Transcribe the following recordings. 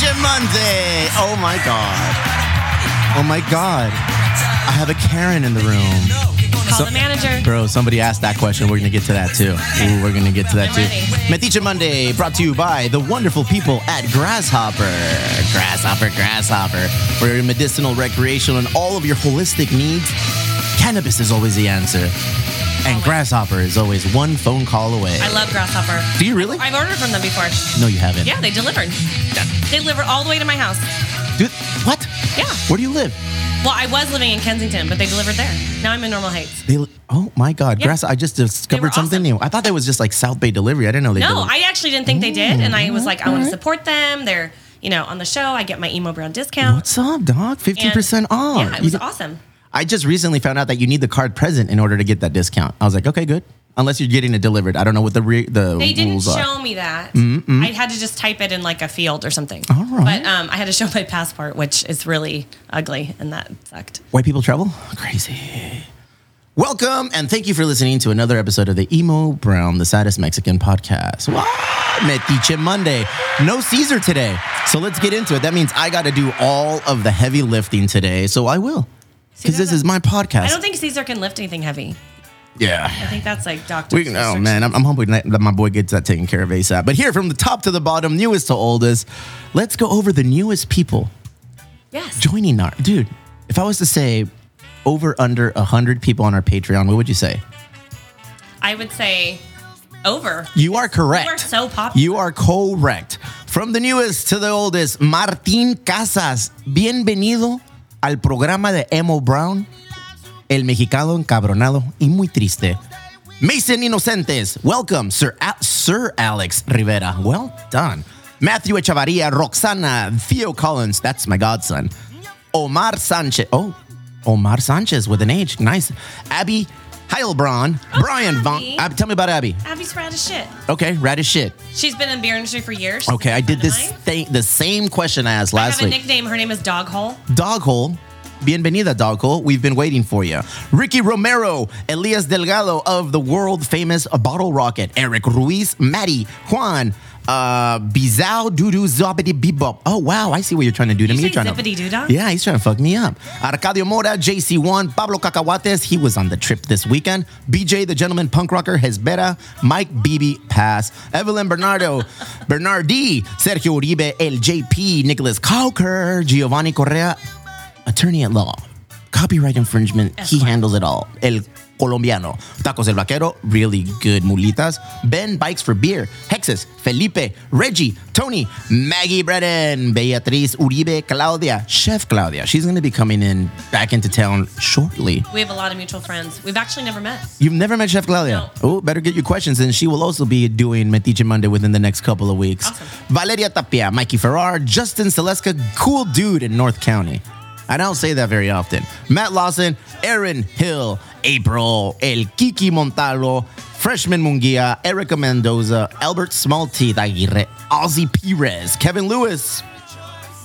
Monday. Oh my God. Oh my God. I have a Karen in the room. Call the manager. Bro, somebody asked that question. We're going to get to that too. Ooh, we're going to get to that I'm too. ready. Meticha Monday brought to you by the wonderful people at Grasshopper. Grasshopper, Grasshopper. For your medicinal, recreational, and all of your holistic needs, cannabis is always the answer. And Grasshopper is always one phone call away. I love Grasshopper. Do you really? I've ordered from them before. No, you haven't. Yeah, they delivered. They deliver all the way to my house. Dude, what? Yeah. Where do you live? Well, I was living in Kensington, but they delivered there. Now I'm in Normal Heights. They, oh my God, Yeah. grass! I just discovered something new. awesome. I thought that was just like South Bay delivery. I didn't know they. No, delivered. I actually didn't think they did, and I was like, I want to support them. They're, you know, on the show. I get my emo brown discount. What's up, dog? Fifteen and- percent off. Yeah, it You was did- awesome. I just recently found out that you need the card present in order to get that discount. I was like, okay, good. Unless you're getting it delivered, I don't know what the re- the They didn't rules are. show me that. I had to just type it in like a field or something. All right. But um, I had to show my passport, which is really ugly, and that sucked. White people travel? Crazy. Welcome and thank you for listening to another episode of the Emo Brown, the saddest Mexican podcast. Wow, Metiche Monday. No Caesar today. So let's get into it. That means I got to do all of the heavy lifting today. So I will. Because there's this a- is my podcast. I don't think Caesar can lift anything heavy. I yeah. think that's like doctor. We, oh, man. I'm, I'm hoping that that my boy gets that taken care of ASAP. But here, from the top to the bottom, newest to oldest, let's go over the newest people Yes. joining our. Dude, if I was to say over under 100 people on our Patreon, what would you say? I would say over. You are correct. You are so popular. You are correct. From the newest to the oldest, Martín Casas, bienvenido al programa de Emo Brown, El Mexicano Encabronado y Muy Triste. Mason Inocentes, welcome, Sir, Al- Sir Alex Rivera. Well done. Matthew Echavarria, Roxana, Theo Collins, that's my godson. Omar Sanchez. Oh, Omar Sanchez with an H. Nice. Abby Heilbron, Brian Von. Oh, Abby. Ab- tell me about Abby. Abby's rad as shit. Okay, rad as shit. She's been in beer industry for years. She's Okay, a I did friend of this mine. thing, the same question I asked I last have a week. nickname. Her name is Dog Hole. Doghole, bienvenida, Doghole. We've been waiting for you. Ricky Romero, Elias Delgado of the world famous Bottle Rocket, Eric Ruiz, Matty, Juan, uh, Bizao, Dudu, Zobity, Bebop. Oh, wow, I see what you're trying to do to me. you You're say trying zippity-doo-dah? to. Yeah, he's trying to fuck me up. Arcadio Mora, JC1, Pablo Cacahuates, he was on the trip this weekend. BJ, the gentleman punk rocker, Hezbera, Mike Bibi, pass. Evelyn Bernardo, Bernardi, Sergio Uribe, El JP, Nicholas Cowker, Giovanni Correa, attorney at law, copyright infringement, he handles it all. El Colombiano, Tacos El Vaquero, really good mulitas. Ben Bikes for Beer, Hexes, Felipe, Reggie, Tony, Maggie Brennan, Beatriz Uribe, Claudia, Chef Claudia. She's going to be coming in back into town shortly. We have a lot of mutual friends. We've actually never met. You've never met Chef Claudia. Oh, better get your questions, and she will also be doing Metiche Monday within the next couple of weeks. Awesome. Valeria Tapia, Mikey Ferrar, Justin Seleska, cool dude in North County. I don't say that very often. Matt Lawson, Aaron Hill, April, El Kiki Montalvo, Freshman Mungia, Erica Mendoza, Albert Small Teeth Aguirre, Ozzy Perez, Kevin Lewis,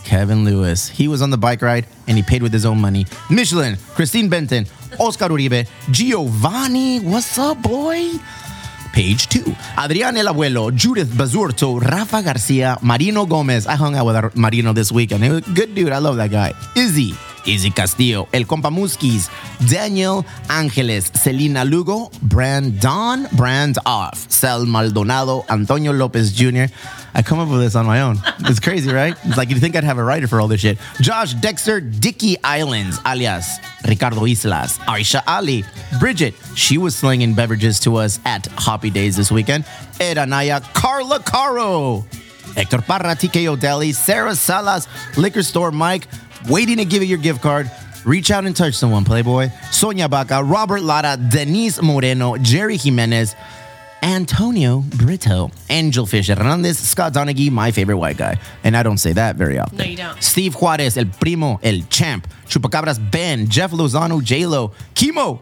Kevin Lewis. He was on the bike ride and he paid with his own money. Michelin, Christine Benton, Oscar Uribe, Giovanni, what's up, boy? Page two. Adrián El Abuelo, Judith Bazurto, Rafa Garcia, Marino Gomez. I hung out with our- Marino this weekend. He was a good dude. I love that guy. Izzy, Izzy Castillo, El Compa Muskis, Daniel Angeles, Selena Lugo, Brandon, Brand Off, Sel Maldonado, Antonio Lopez Jr. I come up with this on my own. It's crazy, right? It's like you'd think I'd have a writer for all this shit. Josh Dexter, Dicky Islands, alias Ricardo Islas, Aisha Ali, Bridget. She was slinging beverages to us at Hoppy Days this weekend. Ed Anaya, Carla Caro, Hector Parra, TKO Deli, Sarah Salas, Liquor Store Mike, waiting to give you your gift card. Reach out and touch someone, Playboy. Sonia Baca, Robert Lara, Denise Moreno, Jerry Jimenez, Antonio Brito, Angelfish Hernandez, Scott Donaghy, my favorite white guy. And I don't say that very often. No, you don't. Steve Juarez, El Primo, El Champ, Chupacabras Ben, Jeff Lozano, J-Lo, Chemo.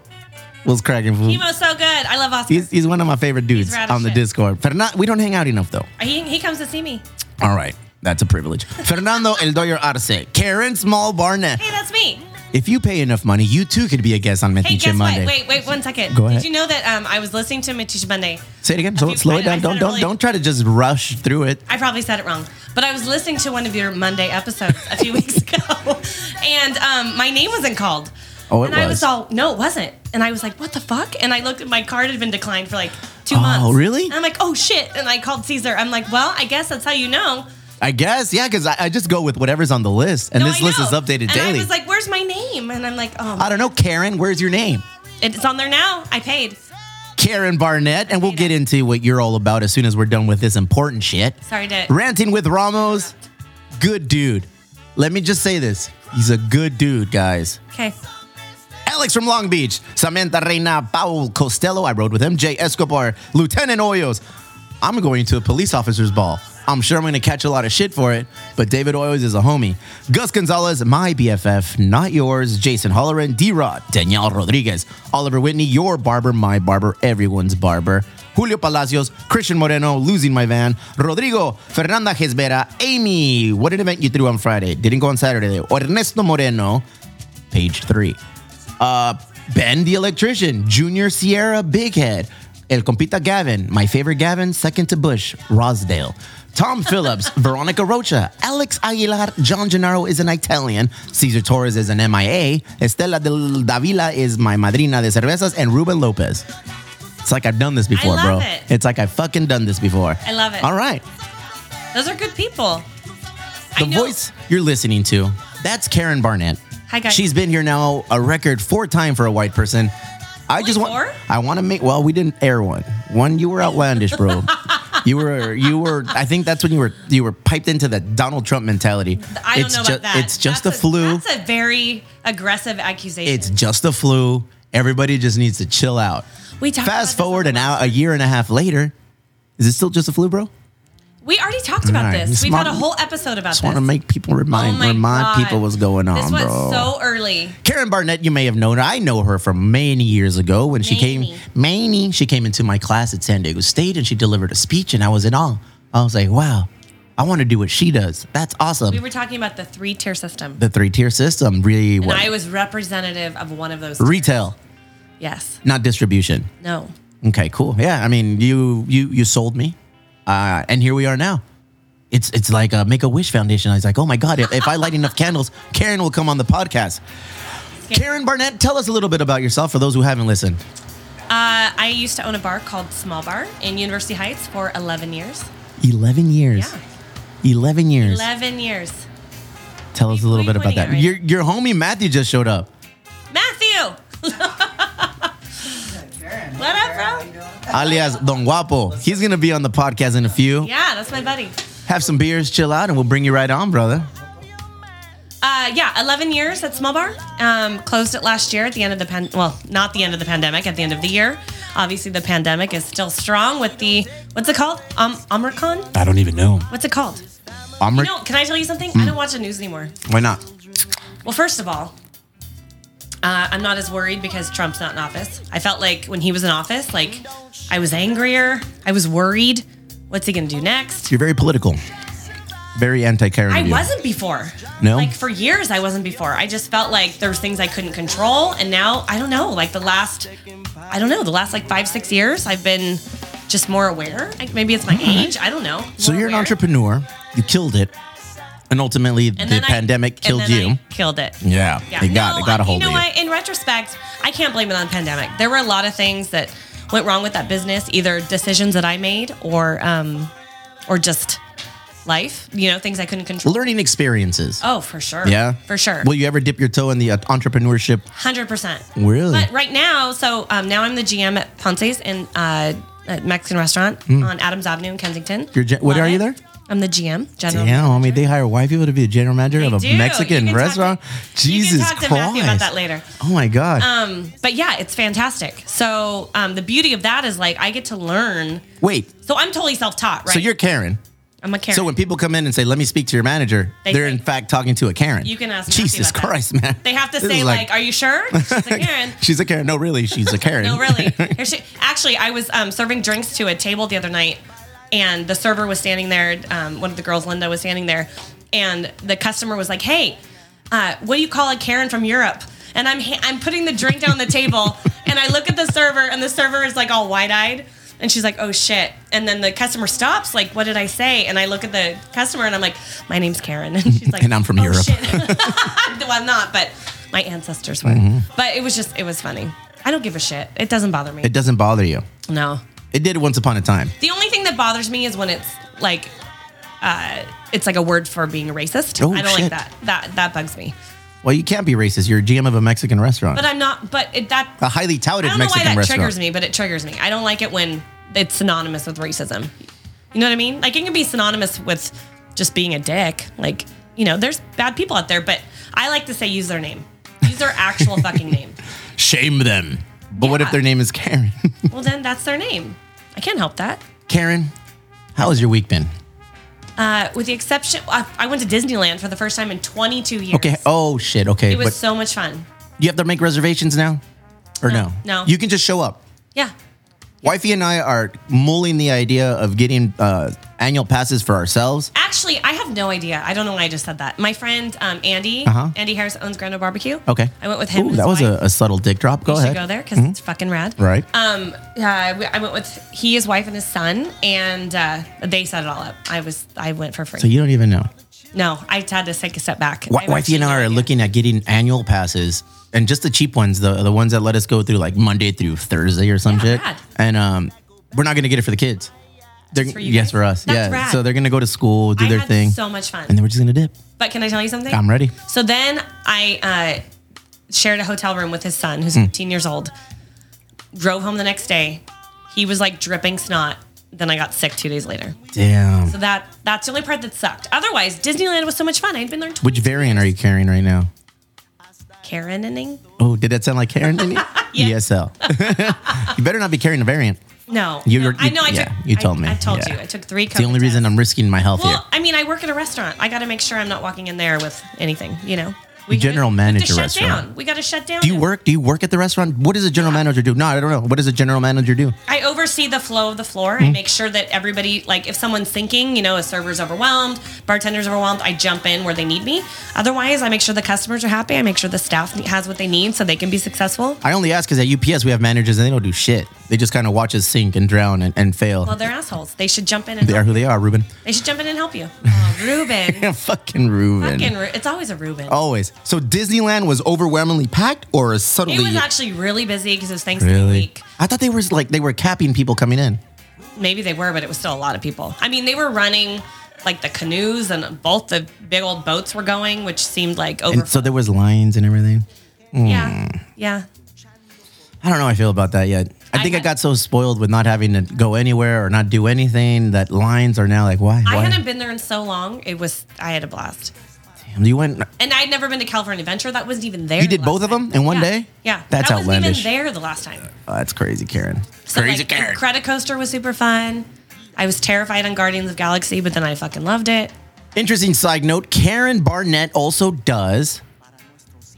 Will's cracking fool. Emo's so good. I love Oscar. He's, he's one of my favorite dudes He's rad as on the shit. Discord. Fernan- we don't hang out enough, though. he, he comes to see me. All right. That's a privilege. Fernando El Doyer Arce, Karen Small Barnett, Hey, that's me. If you pay enough money, you too could be a guest on Hey, Metiche guess Monday. what? Wait, wait one second. Go ahead. Did you know that um, I was listening to Matish Monday? Say it again. A So few- slow it I- I down. Don't said it don't really- don't try to just rush through it. I probably said it wrong, but I was listening to one of your Monday episodes a few weeks ago, and um, my name wasn't called. Oh, it and I was. was all, no, it wasn't. And I was like, what the fuck? And I looked at my card had been declined for like two Oh, months. really? And I'm like, oh shit. And I called Caesar. I'm like, well, I guess that's how you know. I guess, yeah, because I, I just go with whatever's on the list, and No, this I list know. is updated and daily. Uh, I was like, where's my name? And I'm like, oh, I don't know, Karen. Where's your name? it's on there now. I paid. Karen Barnett, and we'll get into what you're all about as soon as we're done with this important shit. Sorry to. Ranting with Ramos, good dude. Let me just say this. He's a good dude, guys. Okay. Alex from Long Beach, Samantha Reina, Paul Costello. I rode with him. Jay Escobar, Lieutenant Hoyos. I'm going to a police officer's ball. I'm sure I'm going to catch a lot of shit for it, but David Hoyos is a homie. Gus Gonzalez, my BFF, not yours. Jason Holleran, D Rod, Danielle Rodriguez, Oliver Whitney, your barber, my barber, everyone's barber. Julio Palacios, Christian Moreno, losing my van. Rodrigo, Fernanda Gesbera, Amy, what an event you threw on Friday. Didn't go on Saturday. Ernesto Moreno, page three. Uh, ben the electrician, Junior Sierra Bighead, El Compita Gavin, my favorite Gavin, second to Bush, Rosdale, Tom Phillips, Veronica Rocha, Alex Aguilar, John Gennaro is an Italian, Cesar Torres is an MIA, Estela del Davila is my madrina de cervezas, and Ruben Lopez. It's like I've done this before, bro. love it. It's like I've fucking done this before. I love it. All right. Those are good people. The I know- voice you're listening to, that's Karen Barnett. Hi, guys. She's been here now a record four time for a white person. I just want four? I want to make well, we didn't air one. One you were outlandish, bro. you were you were I think that's when you were you were piped into the Donald Trump mentality. I don't it's know ju- about that. It's just That's a flu. That's a very aggressive accusation. it's just a flu. Everybody just needs to chill out. we talked about Fast this forward an on the hour, a year and a half later, is it still just a flu, bro? last- We already talked about All right, this. just We've want- had a whole episode about Just this. want to make people oh remind my remind God. people what's going on, This bro. went so early. Karen Barnett, you may have known her. I know her from many years ago when she came, Many. many. She came into my class at San Diego State and she delivered a speech, and I was in awe. I was like, wow, I want to do what she does. That's awesome. We were talking about the three tier system. the three tier system really and I worked. was representative of one of those. Retail, yes. not distribution. No. Okay, cool. Yeah, I mean, you you you sold me, uh, and here we are now. It's it's like a Make a Wish Foundation. I was like, oh my god, if, if I light enough candles, Karen will come on the podcast. Karen Barnett, tell us a little bit about yourself for those who haven't listened. Uh, I used to own a bar called Small Bar in University Heights for 11 years. 11 years. Yeah. 11 years. 11 years. Tell us a little bit Who are about you that. pointing at Your, your homie Matthew just showed up. Matthew! What up, bro? Alias Don Guapo. He's going to be on the podcast in a few. Yeah, that's my buddy. Have some beers, chill out, and we'll bring you right on, brother. Uh, yeah, 11 years at Small Bar. Um, closed it last year at the end of the pan. Well, not the end of the pandemic. At the end of the year, obviously the pandemic is still strong with the what's it called? Um, Omicron. I don't even know. What's it called? Omri- No, can I tell you something? I don't watch the news anymore. Why not? Well, first of all, uh, I'm not as worried because Trump's not in office. I felt like when he was in office, like I was angrier. I was worried. What's he gonna do next? You're very political. Very anti Karen. I wasn't before. No? Like for years, I wasn't before. I just felt like there was things I couldn't control, and now I don't know. Like the last, I don't know, the last like five six years, I've been just more aware. Like maybe it's my age. I don't know. So More you're an aware. entrepreneur. You killed it. And ultimately, And the then I- pandemic and killed you. then I killed it. yeah. They got, they No, got a I- hold you know of you. what? In retrospect, I can't blame it on the pandemic. There were a lot of things that went wrong with that business, either decisions that I made or um, or just life. You know, things I couldn't control. Learning experiences. Oh, for sure. yeah. for sure. Will you ever dip your toe in the uh, entrepreneurship? Hundred percent. Really? But right now, so um, now I'm the GM at Ponce's in uh, a Mexican restaurant on Adams Avenue in Kensington. Hmm. You're gen- what Love are you it. there? I'm the GM, general. Damn, I mean, they hire white people to be a general manager They of a do. Mexican You can talk to- restaurant. you Jesus can talk to Christ! Matthew about that later. Oh my God! Um, but yeah, it's fantastic. So um, the beauty of that is like I get to learn. Wait, So I'm totally self-taught, right? so you're Karen. I'm a Karen. So when people come in and say, "Let me speak to your manager," They they are say- in fact talking to a Karen. You can ask Matthew Jesus about that. Christ, man. they have to This say is like, "Are you sure?" She's like, "Karen." she's a Karen. No, really, she's a Karen. No, really. Here she- actually, I was um, serving drinks to a table the other night, and the server was standing there. Um, one of the girls, Linda, was standing there, and the customer was like, "Hey, uh, what do you call a Karen from Europe? And I'm ha- I'm putting the drink down on the table, and I look at the server, and the server is like all wide eyed, and she's like, "Oh shit!" And then the customer stops, like, "What did I say?" And I look at the customer, and I'm like, "My name's Karen," and she's like, And I'm from "Oh, Europe." shit." well, I'm not, but my ancestors were. Mm-hmm. But it was just it was funny. I don't give a shit. It doesn't bother me. It doesn't bother you. no. It did once upon a time. The only thing that bothers me is when it's like, uh, it's like a word for being a racist. Oh, I don't shit. like that. That that bugs me. Well, you can't be racist. You're a GM of a Mexican restaurant, But I'm not. But it, that a highly touted I don't know why Mexican that restaurant. triggers me. But it triggers me. I don't like it when it's synonymous with racism. You know what I mean? Like it can be synonymous with just being a dick. Like you know, there's bad people out there, but I like to say use their name. Use their actual fucking name. Shame them. But what if their Yeah. name is Karen? Well, then that's their name. I can't help that. Karen, how has your week been? Uh, with the exception, I, I went to Disneyland for the first time in 22 years. Okay. Oh shit. Okay. It was But so much fun. you have to make reservations now, or no, no. You can just show up. Yeah. Wifey and I are mulling the idea of getting uh, annual passes for ourselves. Actually, I have no idea. I don't know why I just said that. My friend um, Andy, Andy Harris owns Grando Barbecue. Uh-huh. Okay. I went with him. Ooh, and that his was a, wife. a subtle dick drop. Go You ahead. Mm-hmm. should go there because it's fucking rad. Right. Um, uh, we- I went with he, his wife, and his son, and uh, they set it all up. I was, I went for free. so you don't even know. no, I had to take a step back. Wi- I've Wifey and actually- I are looking at getting annual passes and just the cheap ones, the the ones that let us go through like Monday through Thursday or some Yeah, shit. rad. And um, we're not gonna get it for the kids. They're, for you yes, guys? for us. That's yeah. rad. So they're gonna go to school, do I their had thing, So much fun. and then we're just gonna dip. But can I tell you something? I'm ready. So then I uh, shared a hotel room with his son, who's Hmm. 15 years old. Drove home the next day. He was like dripping snot. Then I got sick two days later. Damn. So that that's the only part that sucked. Otherwise, Disneyland was so much fun. I'd been there. Tw- Which variant are you carrying right now? Karen ending? Oh, did that sound like Karen? to me? ESL. you better not be carrying a variant. No. You- No, you're- I know. I yeah, took. you told I, me. I told Yeah. you. I took three. COVID It's the only reason I'm risking my health Well, here. I mean, I work at a restaurant. I got to make sure I'm not walking in there with anything. You know. You general gotta- we have to manager shut restaurant. Down. We got to shut down. Do you now. work? Do you work at the restaurant? What does a general manager do? No, I don't know. What does a general manager do? I oversee the flow of the floor. Mm-hmm. I make sure that everybody, like, if someone's thinking, you know, a server's overwhelmed, bartender's overwhelmed, I jump in where they need me. Otherwise, I make sure the customers are happy. I make sure the staff ne- has what they need so they can be successful. I only ask because at UPS we have managers and they don't do shit. They just kind of watch us sink and drown and, and fail. Well, they're assholes. They should jump in and they are help. who they are, Ruben. they should jump in and help you. Oh, Ruben, Fucking Ruben. fucking, Ru- it's always a Ruben. Always. So Disneyland was overwhelmingly packed or subtly. it was actually really busy because it was Thanksgiving really. week. I thought they were like they were capping people coming in. Maybe they were, but it was still a lot of people. I mean, they were running like the canoes and both the big old boats were going, which seemed like over. And so Hmm. there was lines and everything. yeah, yeah. I don't know how I feel about that yet. I I think I, had- got so spoiled with not having to go anywhere or not do anything that lines are now like why? I why? hadn't been there in so long. It was I had a blast, Damn, you went oh, and I'd never been to California Adventure. That wasn't even there. You did the last both of time. them in one Yeah. day? Yeah, That's that wasn't outlandish. even there the last time. Oh, that's crazy, Karen. So, crazy like, Karen. Credit Coaster was super fun. I was terrified on Guardians of Galaxy, but then I fucking loved it. Interesting side note, Karen Barnett also does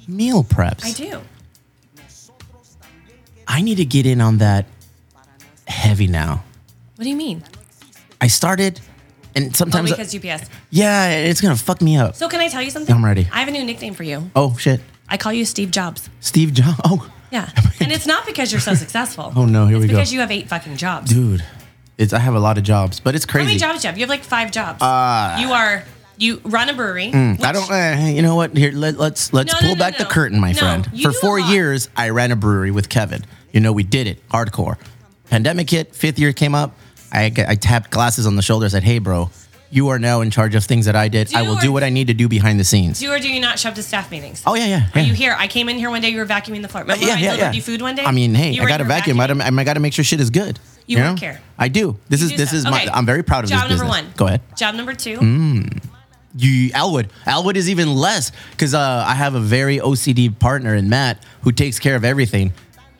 meal preps. I do. I need to get in on that heavy now. What do you mean? I started and Oh, sometimes because UPS. yeah, it's going to fuck me up. So can I tell you something? I'm ready. I have a new nickname for you. oh shit. I call you Steve Jobs. Steve Jobs. Oh, Yeah, and it's not because you're so successful. Oh, no, here it's we go. Because you have eight fucking jobs. dude. It's I have a lot of jobs, but it's How many crazy. Uh, jobs do you have? You have like five jobs. you are you run a brewery. I which- don't. Uh, you know what? Here, let, let's let's No, no, pull no, back no. the curtain, my No, friend. you For do a four lot. years, I ran a brewery with Kevin. You know, we did it hardcore. Pandemic hit. Fifth year came up. I g- I tapped glasses on the shoulder. Said, "Hey, bro, you are now in charge of things that I did. Do I will or- do what I need to do behind the scenes." Do or do you not show up to staff meetings? oh yeah, yeah. Are yeah. you here? I came in here one day. You were vacuuming the floor. Remember Yeah, I yeah, delivered yeah. you food one day. I mean, hey, You I were got to in here vacuum. I, vacuuming. don't- I got to make sure shit is good. You know? won't care. I do. This You is do this stuff. is my. Okay. I'm very proud of Job this number business. one. Go ahead. Mm-hmm. Job number two. you Alwood. Alwood is even less because uh, I have a very OCD partner in Matt who takes care of everything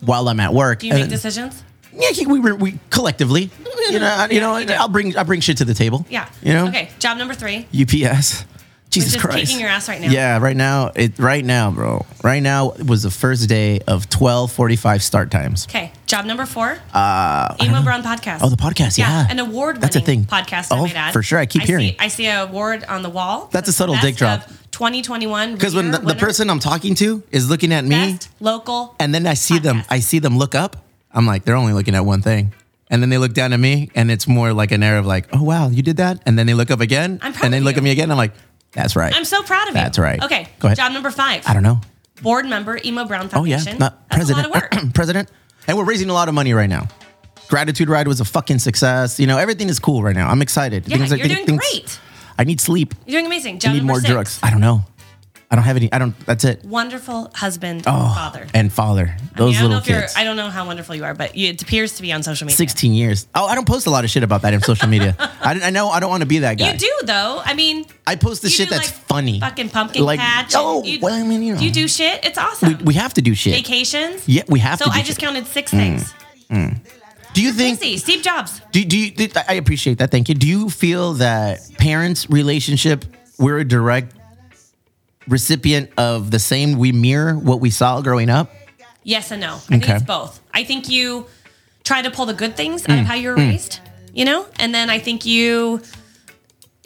while I'm at work. Do you make And- decisions? Yeah, he- we were we collectively. You know, I- you know, I'll bring I bring shit to the table. Yeah. You know. Okay. Job number three. UPS. Jesus just Christ. kicking your ass right now. Yeah, right now it right now, bro. Right now was the first day of 12:45 start times. Okay. Job number four. Uh, Emo Brown podcast. Oh, the podcast. Yeah. An award. That's a thing. Podcast. I Oh, might add. for sure. I keep see- hearing. I see a award on the wall. That's a subtle Best dick drop. of 2021 Because when Reader the, the winner, person I'm talking to is looking at me, best local and then I see them, podcast. I see them look up. I'm like, they're only looking at one thing. And then they look down at me, and it's more like an air of like, oh wow, you did that. And then they look up again, I'm proud and they of look you. at me again. I'm like, that's right. I'm so proud of you. That's right. Okay, Go ahead. Job number five. I don't know. Board member Emo Brown Oh yeah, Foundation. not That's president. A lot of work. president, and we're raising a lot of money right now. Gratitude ride was a fucking success. You know, everything is cool right now. I'm excited. Yeah, like- you're doing great. I need sleep. You're doing amazing. Job I need number more six. drugs. I don't know. I don't have any. I don't. That's it. Wonderful husband, Oh, father. and father. Those I mean, I don't know little if you're. kids. I don't know how wonderful you are, but you, it appears to be on social media. 16 years. Oh, I don't post a lot of shit about that in social media. I, I know I don't want to be that guy. You do though. I mean, I post the you shit do, that's like, funny. Fucking pumpkin Like, patch. oh, and you, well, I mean, you know. do shit. It's awesome. We have to do shit. Vacations. Yeah, we have so to do I just shit. Hmm. counted six things. Do you think? Busy. Steve Jobs. Do, do you? th- I appreciate that. Thank you. Do you feel that parents' relationship we're a direct recipient of the same? We mirror what we saw growing up. Yes and no. I think Okay. it's both. I think you try to pull the good things Hmm. out of how you were raised, you know, and then I think you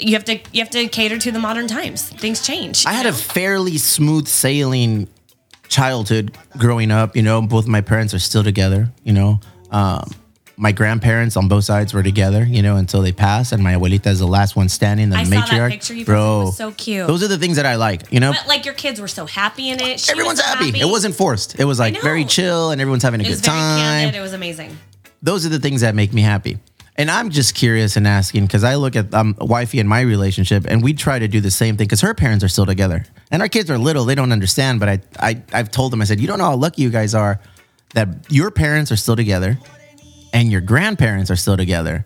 you have to you have to cater to the modern times. Things change. I had a fairly smooth sailing childhood growing up. You know, both my parents are still together. You know, um, my grandparents on both sides were together. You know, until they passed, and my abuelita is the last one standing, the I saw that matriarch. picture you posted. It Bro, was so cute. Those are the things that I like. You know, but like your kids were so happy in it. She everyone's was happy. It wasn't forced. It was like very know. chill, and everyone's having a It was good very time. candid. It was amazing. Those are the things that make me happy. And I'm just curious and asking because I look at um, wifey and my relationship, and we try to do the same thing because her parents are still together, and our kids are little; they don't understand. But I, I, I've told them, I said, you don't know how lucky you guys are that your parents are still together, and your grandparents are still together,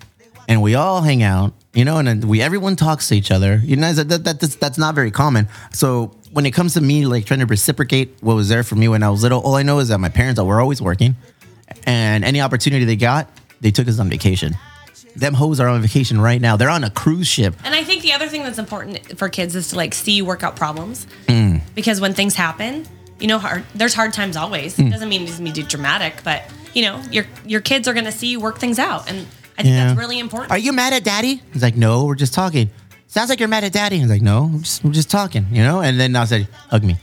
and we all hang out, you know, and then we everyone talks to each other. You know, that, that, that's, that's not very common. So when it comes to me, like trying to reciprocate what was there for me when I was little, all I know is that my parents were always working, and any opportunity they got, they took us on vacation. Them hoes are on vacation right now. They're on a cruise ship. And I think the other thing that's important for kids is to like see workout problems Mm. because when things happen, you know, hard, there's hard times always. Mm. It doesn't mean it doesn't mean to be dramatic, but you know, your your kids are going to see you work things out, and I think that's really important. Are you mad at daddy? He's like, no, we're just talking. Sounds like you're mad at daddy. He's like, no, we're just, we're just talking, you know? And then I said, hug me.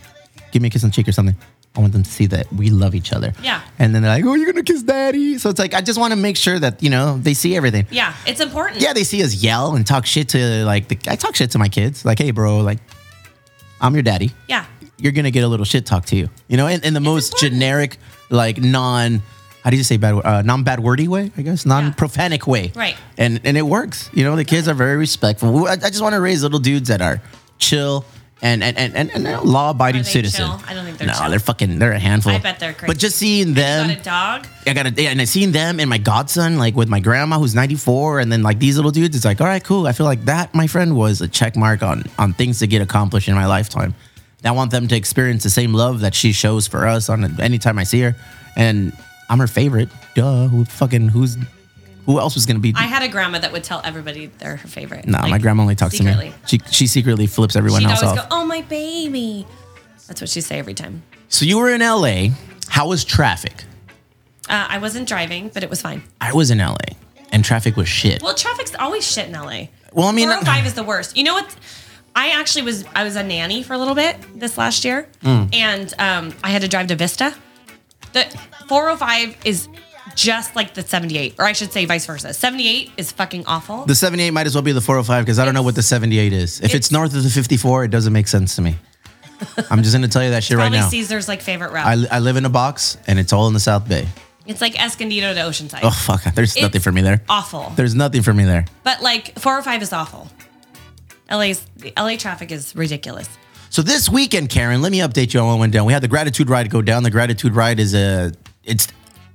Give me a kiss on the cheek or something. I want them to see that we love each other. Yeah. And then they're like, oh, you're going to kiss daddy. So it's like, I just want to make sure that, you know, they see everything. yeah, it's important. Yeah, they see us yell and talk shit to, like, the, I talk shit to my kids. Like, hey, bro, like, I'm your daddy. yeah. You're going to get a little shit talk to you, you know? In, in the most important. generic, like, non, how do you say bad, wo- uh, non bad wordy way, I guess? Non profanic way Right. and and it works. You know, the kids are very respectful. I, I just want to raise little dudes that are chill and and and and, and law abiding Are they citizen. chill? I don't think they're no, chill. they're fucking. They're a handful. I bet they're crazy. But just seeing Got them. a dog. I got to, and I seen them and my godson, like with my grandma who's 94, and then like these little dudes. It's like, all right, cool. I feel like that, my friend, was a check mark on on things to get accomplished in my lifetime. And I want them to experience the same love that she shows for us on anytime I see her, and I'm her favorite. Duh, who fucking who's who else was gonna be? I had a grandma that would tell everybody they're her favorite. No, my Like, grandma only talks secretly. to me. She she secretly flips everyone She'd else always off. go, "Oh my baby," that's what she'd say every time. so you were in LA. How was traffic? Uh, I wasn't driving, but it was fine. I was in LA, and traffic was shit. Well, traffic's always shit in LA. Well, I mean- four oh five is the worst. You know what? I actually was I was a nanny for a little bit this last year, Mm. and um, I had to drive to Vista. The four hundred five is just like the seventy eight, or I should say vice versa. Seventy eight is fucking awful. the 78 might as well be the 405 because I don't know what the 78 is. If it's, it's- north of the 54, it doesn't make sense to me. I'm just gonna tell you that shit right Probably now. Caesar's like favorite route. I, li- I live in a box, and it's all in the South Bay. it's like Escondido to Oceanside. Oh fuck, there's It's nothing for me there. Awful. There's nothing for me there. But like four hundred five is awful. LA's the LA traffic is ridiculous. So this weekend, Karen, let me update you on what went down. We had the gratitude ride go down. The gratitude ride is a it's.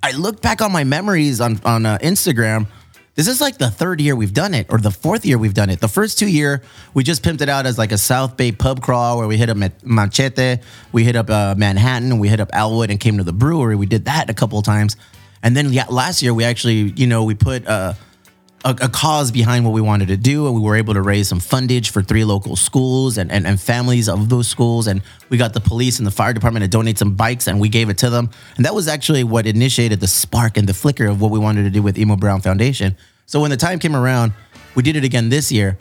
I looked back on my memories on on uh, Instagram. This is like the third year we've done it, or the fourth year we've done it. The first two year we just pimped it out as like a South Bay pub crawl where we hit up Ma- Machete, we hit up uh, Manhattan, and we hit up Alwood, and came to the brewery. We did that a couple of times, and then yeah, last year we actually you know we put. Uh, a, a cause behind what we wanted to do, and we were able to raise some fundage for three local schools and, and, and families of those schools. And we got the police and the fire department to donate some bikes, and we gave it to them. And that was actually what initiated the spark and the flicker of what we wanted to do with Emo Brown Foundation. So when the time came around, we did it again this year.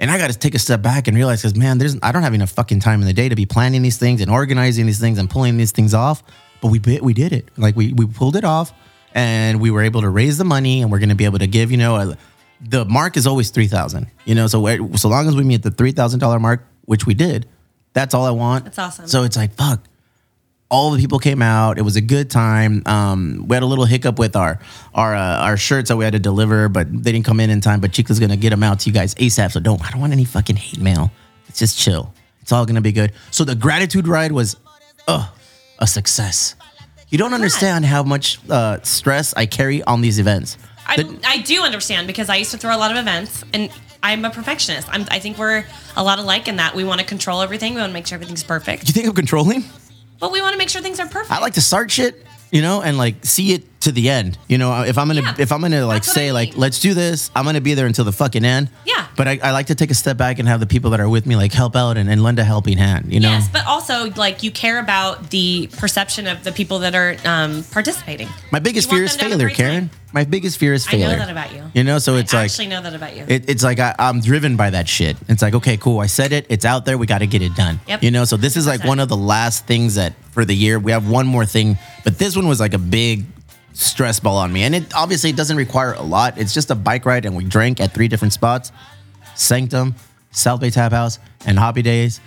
And I got to take a step back and realize, because man, there's I don't have enough fucking time in the day to be planning these things and organizing these things and pulling these things off. But we bit, we did it. Like we we pulled it off, and we were able to raise the money, and we're going to be able to give. You know, a, the mark is always three thousand. You know, so we so long as we meet the three thousand dollar mark, which we did, that's all I want. That's awesome. So it's like fuck all the people came out. It was a good time. Um, we had a little hiccup with our our uh, our shirts that we had to deliver, but they didn't come in in time. But Chica's gonna get them out to you guys ASAP. So don't I don't want any fucking hate mail. It's just chill. It's all gonna be good. So the gratitude ride was, uh, a success. You don't understand how much uh, stress I carry on these events. I, The- I do understand because I used to throw a lot of events and I'm a perfectionist. I'm, I think we're a lot alike in that we want to control everything. We want to make sure everything's perfect, you think I'm controlling? but we want to make sure things are perfect. I like to start shit, you know, and like see it to the end. You know, if I'm gonna Yeah. if I'm gonna like That's what say I like mean. let's do this, I'm gonna be there until the fucking end. Yeah. But I, I like to take a step back and have the people that are with me like help out and, and lend a helping hand. You know. Yes, but also like you care about the perception of the people that are um, participating. My biggest You want fear is them to have a failure, great time. Karen. My biggest fear is I know failure. that about you. You know, so it's I like actually know that about you. it, it's like I, I'm driven by that shit. It's like, okay, cool. I said it. It's out there. We got to get it done. Yep. You know, so this is like 100%. one of the last things that for the year we have one more thing, but this one was like a big stress ball on me, and it obviously it doesn't require a lot. It's just a bike ride, and we drank at three different spots: Sanctum, South Bay Tap House, and Hobby Days.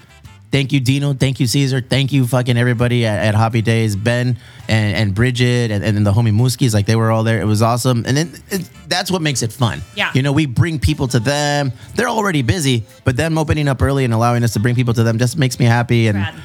Thank you, Dino. Thank you, Caesar. Thank you, fucking everybody at, at Hobby Days. Ben and, and Bridget and, and the homie Mooskies, like they were all there. It was awesome. And then it, that's what makes it fun. Yeah. You know, we bring people to them. They're already busy, but them opening up early and allowing us to bring people to them just makes me happy. And Brad.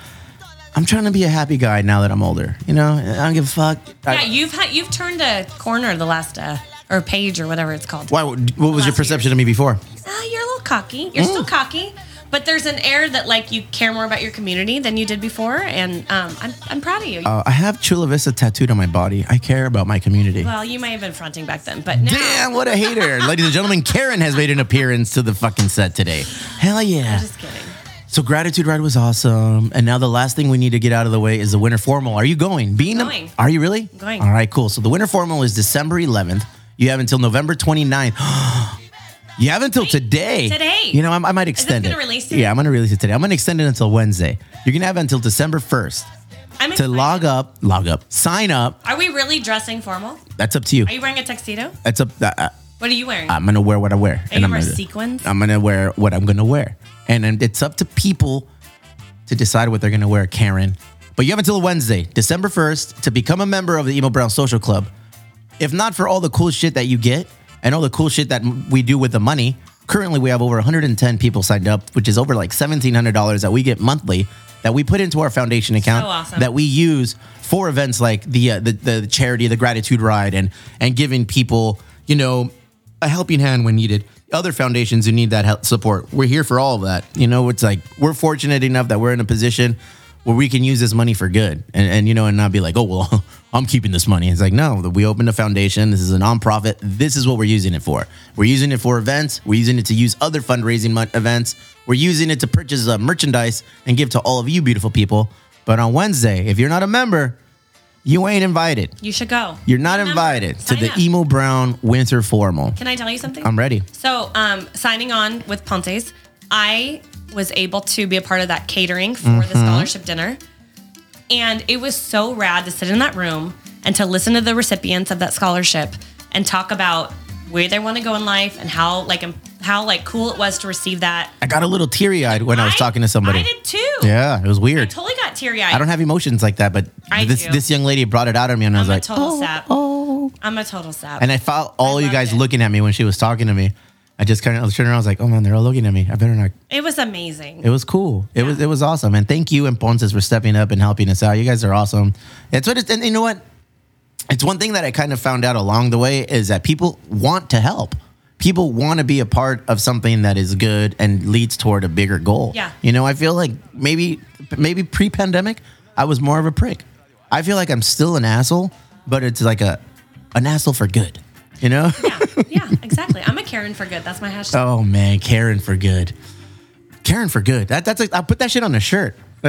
I'm trying to be a happy guy now that I'm older. You know, I don't give a fuck. Yeah, you've had you've turned a corner the last uh, or page or whatever it's called. Why, what was your Last perception of me before? Ah, you're a little cocky. You're Mm. still cocky, but there's an air that like you care more about your community than you did before, and um, I'm I'm proud of you. Uh, I have Chula Vista tattooed on my body. I care about my community. well, you may have been fronting back then, but now Damn, what a hater. Ladies and gentlemen, Karen has made an appearance to the fucking set today. Hell yeah. just kidding. So gratitude ride was awesome, and now the last thing we need to get out of the way is the winter formal. Are you going? Being the- Going. are you really Going. All right, cool. So the winter formal is December 11th. You have until November 29th. you have until today. Today. You know, I, I might extend gonna it. release it? Yeah, I'm gonna release it today. I'm gonna extend it until Wednesday. You're gonna have until December 1st I'm to excited. log up, log up, sign up. Are we really dressing formal? That's up to you. Are you wearing a tuxedo? That's up. I- I- What are you wearing? I'm gonna wear what I wear. are you I'm wearing gonna- sequins? I'm gonna wear what I'm gonna wear, and then it's up to people to decide what they're gonna wear, Karen. But you have until Wednesday, December first, to become a member of the Emo Brown Social Club. If not for all the cool shit that you get and all the cool shit that m- we do with the money, currently we have over 110 people signed up, which is over like $1,700 that we get monthly that we put into our foundation account awesome. that we use for events like the, uh, the the charity, the gratitude ride, and and giving people you know a helping hand when needed. Other foundations who need that help support, we're here for all of that. You know, it's like we're fortunate enough that we're in a position where we can use this money for good, and, and you know, and not be like, oh well, I'm keeping this money. It's like no, we opened a foundation. This is a nonprofit. This is what we're using it for. We're using it for events. We're using it to use other fundraising mon- events. We're using it to purchase uh, merchandise and give to all of you beautiful people. But on Wednesday, if you're not a member, you ain't invited. you should go. You're not Remember, invited to sign the up. Emo Brown Winter Formal. Can I tell you something? I'm ready. So, um, signing on with Ponte's, I was able to be a part of that catering for the Mm-hmm. scholarship dinner. And it was so rad to sit in that room and to listen to the recipients of that scholarship and talk about where they want to go in life and how like im- how like cool it was to receive that. I got a little teary eyed when I, was talking to somebody. I did too. yeah, it was weird. Totally got teary eyed. I don't have emotions like that, but I this do. this young lady brought it out of me, and I was I'm a like, total oh, sap. I'm a total sap. and I felt all you loved guys it. looking at me when she was talking to me. I just kind of turned around. I was like, oh man, they're all looking at me. I better not it was amazing. It was cool. It was it was awesome. And thank you and Ponces for stepping up and helping us out. You guys are awesome. It's what it's, and you know what? It's one thing that I kind of found out along the way is that people want to help. People want to be a part of something that is good and leads toward a bigger goal. Yeah. You know, I feel like maybe maybe pre-pandemic, I was more of a prick. I feel like I'm still an asshole, but it's like a an asshole for good. You know? yeah, yeah, exactly. I'm a Karen for good. That's my hashtag. Oh man, Karen for good. Karen for good. That, that's a, I'll put that shit on a shirt.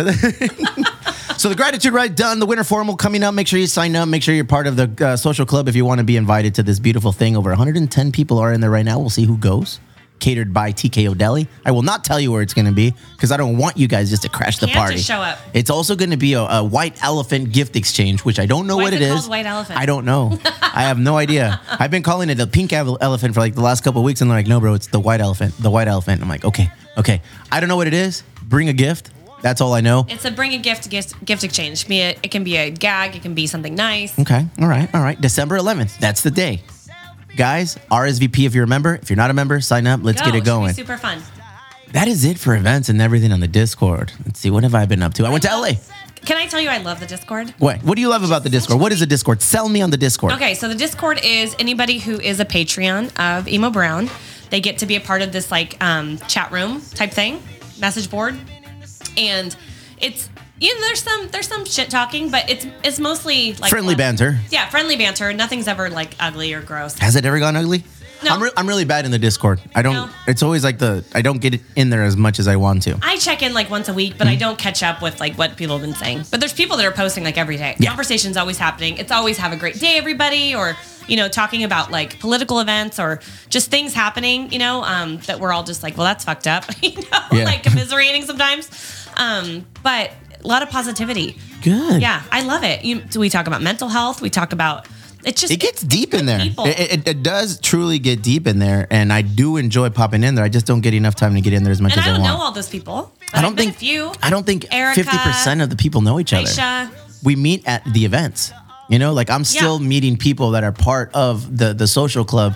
so the gratitude ride done. The winter formal coming up. Make sure you sign up. Make sure you're part of the uh, social club if you want to be invited to this beautiful thing. Over 110 people are in there right now. We'll see who goes. catered by TKO Deli. I will not tell you where it's going to be because I don't want you guys just to crash the Can't party. just show up. It's also going to be a, a white elephant gift exchange, which I don't know Why what is it it is. called white elephant? I don't know. I have no idea. I've been calling it the pink ele- elephant for like the last couple of weeks, and they're like, "No, bro, it's the white elephant. The white elephant." I'm like, "Okay, okay. I don't know what it is. Bring a gift. That's all I know." It's a bring a gift gift, gift exchange. Be it, it can be a gag, it can be something nice. Okay. All right. All right. December 11th. That's the day. Guys, RSVP if you're a member. If you're not a member, sign up. Let's Go. get it Oh, should be going. super fun. That is it for events and everything on the Discord. Let's see. What have I been up to? I went to LA. Can I tell you, I love the Discord. What? What do you love about the Discord? What is the Discord? Sell me on the Discord. Okay, so the Discord is anybody who is a Patreon of Emo Brown. They get to be a part of this like um, chat room type thing, message board, and it's you know there's some there's some shit talking, but it's it's mostly like Friendly fun. banter. Yeah, friendly banter. Nothing's ever like ugly or gross. Has it ever gone ugly? No. I'm, re- I'm really bad in the Discord. I don't. No. It's always like the I don't get it in there as much as I want to. I check in like once a week, but I don't catch up with like what people have been saying. But there's people that are posting like every day. Yeah. Conversation's always happening. It's always have a great day, everybody, or you know, talking about like political events or just things happening, you know, um, that we're all just like, well, that's fucked up, you know, Yeah. like commiserating sometimes. Um, but a lot of positivity. Good. Yeah, I love it. You, so we talk about mental health. We talk about it's just It gets deep in there. It, people. it, it does truly get deep in there, and I do enjoy popping in there. I just don't get enough time to get in there as much and as I I, don't want. know all those people. but I I've don't met a think few. I don't think Erica, fifty percent of the people know each other. Aisha. We meet at the events. You know, like I'm still meeting people that are part of the the social club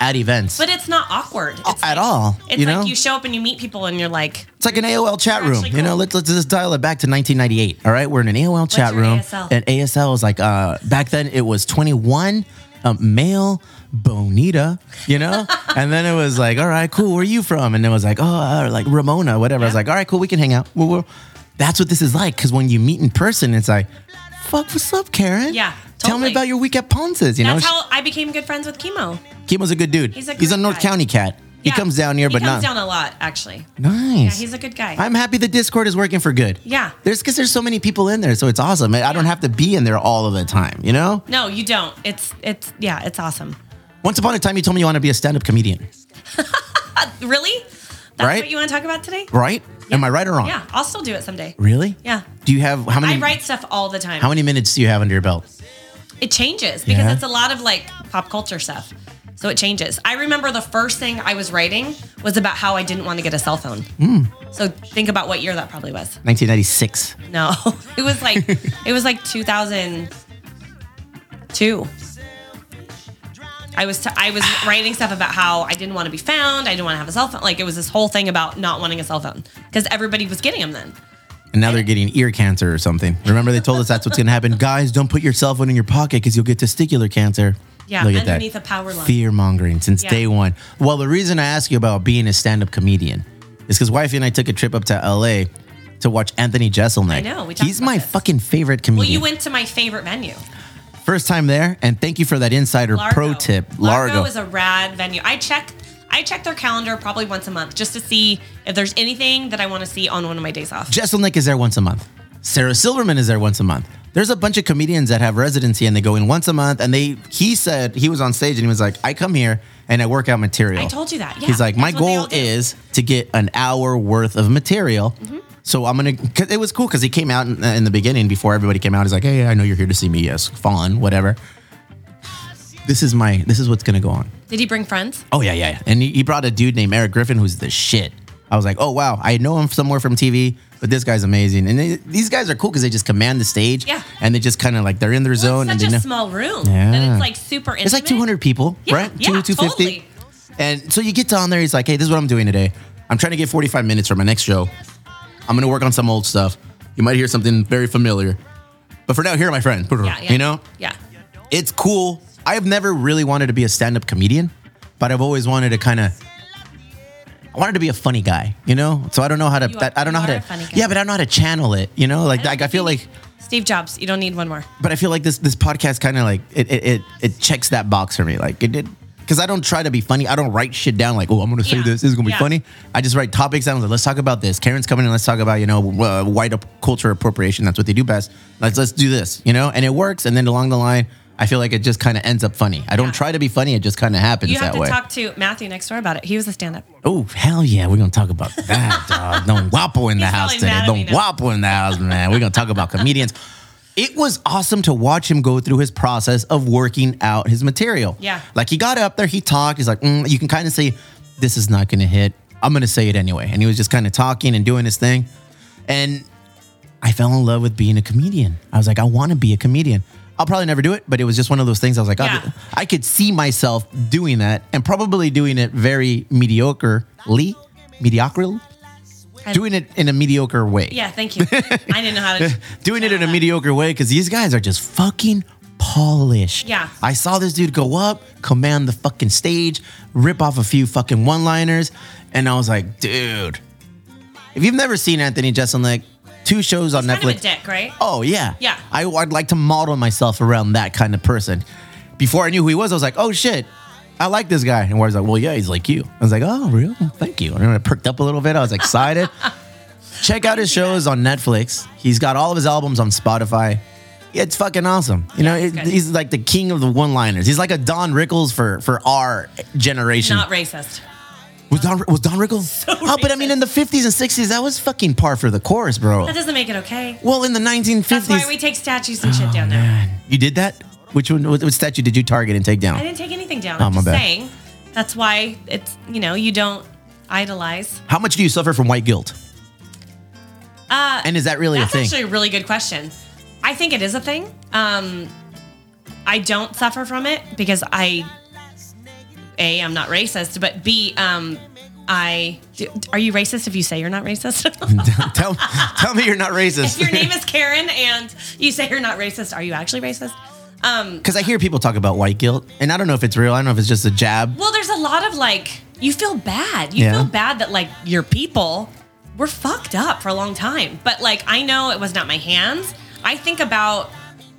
at events but it's not awkward. It's, Oh, at all. it's you like know, you show up and you meet people and you're like, it's like an AOL chat room. actually You know, cool. let's let's just dial it back to 1998. All right, we're in an AOL chat your room, ASL? and ASL was like uh, back then it was 21 um, male. Bonita, you know, and then it was like, all right, cool. Where are you from? And it was like, oh, uh, like Ramona, whatever. I was like, all right, cool. We can hang out. Well, well, that's what this is like. Because when you meet in person, it's like, fuck, what's up, Karen? Yeah, Tell me totally. about your week at Ponce's. You That's know, how I became good friends with chemo. Kimo's a good dude. He's a he's a great North guy. County cat. He Yeah. comes down here, He but comes not down a lot, actually. nice. Yeah, he's a good guy. I'm happy the Discord is working for good. Yeah. There's because there's so many people in there, so it's awesome. I, I don't have to be in there all of the time, you know? no, you don't. It's it's yeah, it's awesome. Once upon a time, you told me you want to be a stand up comedian, Really? That's Right? what you want to talk about today? right? Am I right or wrong? Yeah, I'll still do it someday. Really? Yeah. Do you have how many? I write stuff all the time. How many minutes do you have under your belt? it changes because Yeah? it's a lot of like pop culture stuff. So it changes. I remember the first thing I was writing was about how I didn't want to get a cell phone. Hmm. So think about what year that probably was. 1996. No, it was like it was like 2002. I was t- I was writing stuff about how I didn't want to be found. I didn't want to have a cell phone. Like it was this whole thing about not wanting a cell phone because everybody was getting them then. And now they're getting ear cancer or something. Remember, they told us that's what's going to happen. Guys, don't put your cell phone in your pocket because you'll get testicular cancer. Yeah, Look at that. underneath a power line. Fear mongering since Yeah. day one. Well, the reason I ask you about being a stand up comedian is because wifey and I took a trip up to LA to watch Anthony Jeselnik. I know, we talked He's about my this. fucking favorite Well, comedian. you went to my favorite venue, First time there, and thank you for that insider Largo. pro tip. Largo. is a rad venue. I check I check their calendar probably once a month just to see if there's anything that I want to see on one of my days off. Jesselnik is there once a month. Sarah Silverman is there once a month. There's a bunch of comedians that have residency and they go in once a month. And they, he said, he was on stage and he was like, I come here and I work out material. I told you that, yeah. He's like, my That's what they goal all do." is to get an hour worth of material. Mm-hmm. So I'm gonna. Cause it was cool because he came out in, in the beginning before everybody came out. He's like, hey, I know you're here to see me. Yes, fun, whatever. This is my. This is what's gonna go on. Did he bring friends? Oh yeah, yeah, yeah. And he, he brought a dude named Eric Griffin, who's the shit. I was like, oh wow, I know him somewhere from TV, but this guy's amazing. And they, these guys are cool because they just command the stage. Yeah. And they just kind of like they're in their zone Such and they a know. small room that Yeah. it's like super intimate. it's like 200 people, Yeah, right? yeah, totally. And so you get down there, he's like, hey, this is what I'm doing today. I'm trying to get 45 minutes for my next show. I'm gonna work on some old stuff. You might hear something very familiar, but for now, here are my friends. Yeah, yeah. You know, Yeah. it's cool. I've never really wanted to be a stand-up comedian, but I've always wanted to kind of I wanted to be a funny guy, you know? So I don't know how to You are- that, I don't know you how to are a funny guy. Yeah, but I don't know how to channel it, you know? Like I, I feel like Steve Jobs, you don't need one more. but I feel like this this podcast kind of like it, it it it checks that box for me. Like it did because I don't try to be funny. I don't write shit down like, oh, I'm gonna say Yeah. this. This is gonna be Yeah. funny. I just write topics down. Like, let's talk about this. Karen's coming in. Let's talk about you know uh, white up- culture appropriation. That's what they do best. Let's let's do this. You know, and it works. And then along the line, I I feel like it just kind of ends up funny. I don't Yeah. try to be funny. It just kind of happens You have that to way. talk to Matthew next door about it. He was a stand up. Oh hell yeah, we're gonna talk about that. dog. Don't wapo in the He's house really today. mad at me Don't now. wapo in the house, man. We're gonna talk about comedians. It was awesome to watch him go through his process of working out his material. Yeah. like he got up there, he talked. He's like, "Mm," you can kind of see this is not gonna hit. I'm gonna say it anyway, and he was just kind of talking and doing his thing, and I fell in love with being a comedian. I was like, I want to be a comedian. I'll probably never do it, but it was just one of those things. I was like, Yeah. I, I could see myself doing that and probably doing it very mediocrely, mediocre, I- doing it in a mediocre way. Yeah, thank you. I didn't know how to Doing it in a Yeah. mediocre way because these guys are just fucking polished. Yeah. I saw this dude go up, command the fucking stage, rip off a few fucking one liners, and I was like, dude, if you've never seen Anthony Jeselnik, two shows on Kind Netflix. of a dick, right? Oh yeah. Yeah. I, I'd like to model myself around that kind of person. Before I knew who he was, I was like, oh shit, I like this guy. And Warren's like, well, yeah, he's like you. I was like, oh, really? Thank you. And then I perked up a little bit. I was excited. Check out his shows on Netflix. He's got all of his albums on Spotify. It's fucking awesome. You know, he's it- good. he's like the king of the one-liners. He's like a Don Rickles for for our generation. Not racist. was Don was Don Rickles? oh, but I mean, racist. in the fifties and sixties, that was fucking par for the course, bro. That doesn't make it okay. Well, in the nineteen That's fifties, why we take statues and Oh, shit down now. you did that? Which one? What, what statue did you target and take I down? didn't take anything down. Oh, I'm my just bad. saying. That's why it's you know you don't idolize. How much do you suffer from white guilt? Uh, and is that really a That's thing? actually a really good question. I think it is a thing. Um, I don't suffer from it because I, a, I'm not racist, but b, um, I d- are you racist if you say you're not racist? tell, tell me you're not if racist. your name is Karen and you say you're not racist, are you actually racist? Because I hear people talk about white guilt, and I don't know if it's real. I don't know if it's just a jab. Well, there's a lot of like you feel bad. You Yeah. feel bad that like your people were fucked up for a long time. But like I know it was not my hands. I think about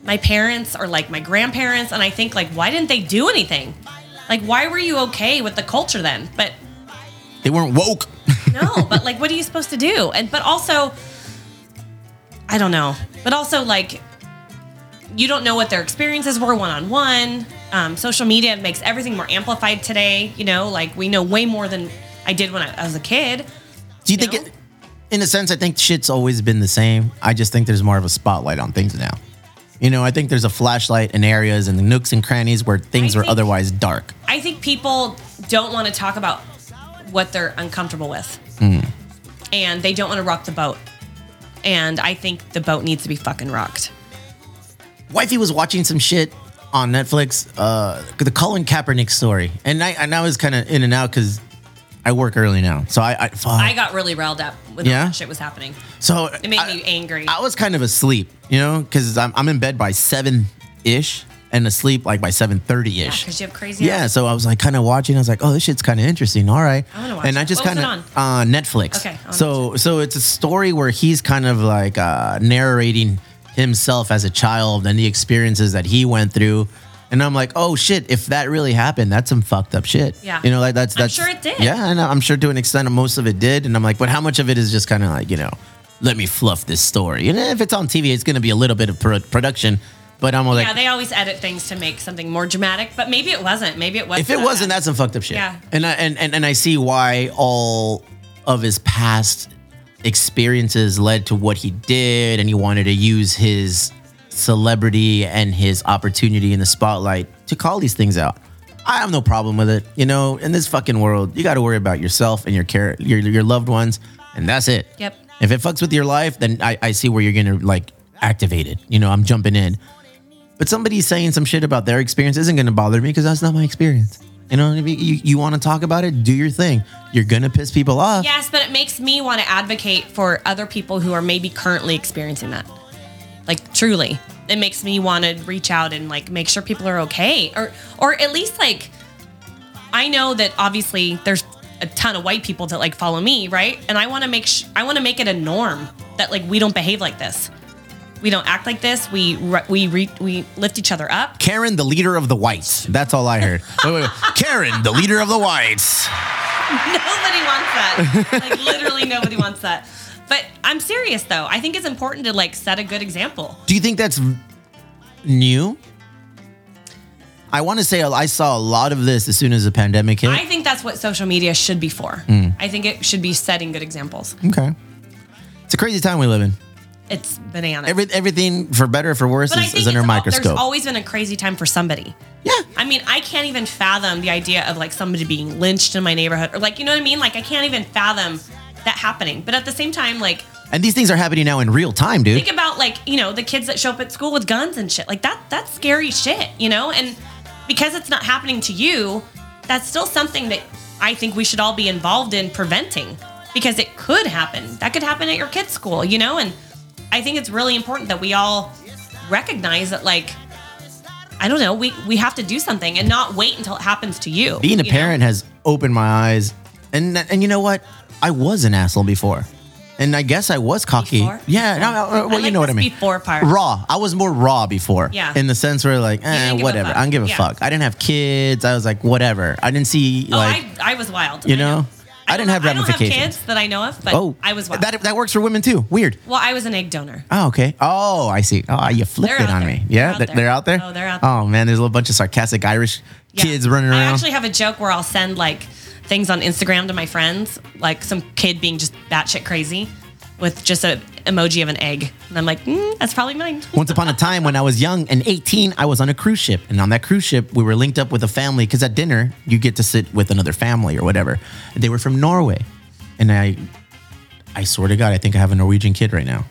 my parents or like my grandparents and I think like why didn't they do anything? Like why were you okay with the culture then? But They weren't woke. no, but like what are you supposed to do? And but also I don't know. But also like you don't know what their experiences were one on one. Social media makes everything more amplified today. You know, like we know way more than I did when I, I was a kid. Do you think No. it? In a sense, I think shit's always been the same. I just think there's more of a spotlight on things now. You know, I think there's a flashlight in areas and nooks and crannies where things I were think- otherwise dark. I think people don't want to talk about what they're uncomfortable with, Mm-hmm. and they don't want to rock the boat. And I think the boat needs to be fucking rocked. wifey was watching some shit on Netflix, uh, the Colin Kaepernick story, and I and I was kind of in and out because I work early now, so I, I, fuck. I got really riled up when Yeah? all that shit was happening. so It made I- me angry. Oh, I was kind of asleep, you know, because I'm, I'm in bed by seven ish and asleep like by seven thirty ish. Because you have crazy. Yeah, so I was like kind of watching. I was like, oh, this shit's kind of interesting. All right, I wanna watch and I it. just What kind was it of uh, Netflix. Okay, I'll so so it's a story where he's kind of like uh, narrating himself as a child and the experiences that he went through. And I'm like, oh shit! If that really happened, that's some fucked up shit. Yeah. you know, like that's I'm that's sure it did. Yeah, I know. I'm sure to an extent, most of it did. And I'm like, but how much of it is just kind of like you know, let me fluff this story. And if it's on TV, it's going to be a little bit of pro- production. But I'm like, Yeah, they always edit things to make something more dramatic, but maybe it wasn't. Maybe it was. if it wasn't, that's some fucked up shit. Yeah. And I and, and and I see why all of his past experiences led to what he did, and he wanted to use his celebrity and his opportunity in the spotlight to call these things out. I have no problem with it. You know, in this fucking world, you got to worry about yourself and your care, your your loved ones, and that's it. Yep. If it fucks with your life, then I, I see where you're gonna like activate it. You know, I'm jumping in. But somebody saying some shit about their experience isn't going to bother me because that's not my experience. You know, what I mean? you, you want to talk about it, do your thing. You're going to piss people off. Yes, but it makes me want to advocate for other people who are maybe currently experiencing that. Like truly, it makes me want to reach out and like make sure people are okay, or or at least like I know that obviously there's a ton of white people that like follow me, right? And I want to make sh- I want to make it a norm that like we don't behave like this, we don't act like this, we re- we re- we lift each other up. Karen, the leader of the whites. That's all I heard. Wait, wait, wait. Karen, the leader of the whites. Nobody wants that. Like literally nobody wants that. But I'm serious though. I think it's important to like set a good example. Do you think that's new? I want to say I saw a lot of this as soon as the pandemic hit. I think that's what social media should be for. Hmm. I think it should be setting good examples. okay. It's a crazy time we live in. It's bananas. Every, everything for better or for worse but I is, think is under a it's al- microscope. there's always been a crazy time for somebody. yeah. I mean, I can't even fathom the idea of like somebody being lynched in my neighborhood or like, you know what I mean? Like, I can't even fathom that happening. But at the same time, like, And these things are happening now in real time, dude. think about like, you know, the kids that show up at school with guns and shit. Like, that, that's scary shit, you know? And because it's not happening to you, that's still something that I think we should all be involved in preventing because it could happen. That could happen at your kid's school, you know? And I think it's really important that we all recognize that, like, I don't know. We we have to do something and not wait until it happens to you. Being a you know? parent has opened my eyes, and and you know what? I was an asshole before, and I guess I was cocky. Before? Yeah, no, Before. uh, well, I you like know what I this mean. before part. Raw. I was more raw before. Yeah. In the sense where like, eh, didn't give a whatever. fuck. I don't give a Yeah. fuck. I didn't have kids. I was like, whatever. I didn't see Oh, like, I, I was wild. you I know, I, didn't don't- have I don't ramifications. have kids that I know of, but oh, I was wild. that that works for women too. Weird. well, I was an egg donor. Oh, okay. Oh, I see. Oh, you flipped They're it on out there. me. Yeah, They're out they're, they're there. out there. Oh, they're out there. Oh man, there's a little bunch of sarcastic Irish Yeah. kids running around. I actually have a joke where I'll send like things on Instagram to my friends, like some kid being just batshit crazy with just a emoji of an egg, and I'm like, mm, that's probably mine. Once upon a time when I was young and 18, I was on a cruise ship. And on that cruise ship, we were linked up with a family because at dinner, you get to sit with another family or whatever. They were from Norway. And I I swear to God, I think I have a Norwegian kid right now.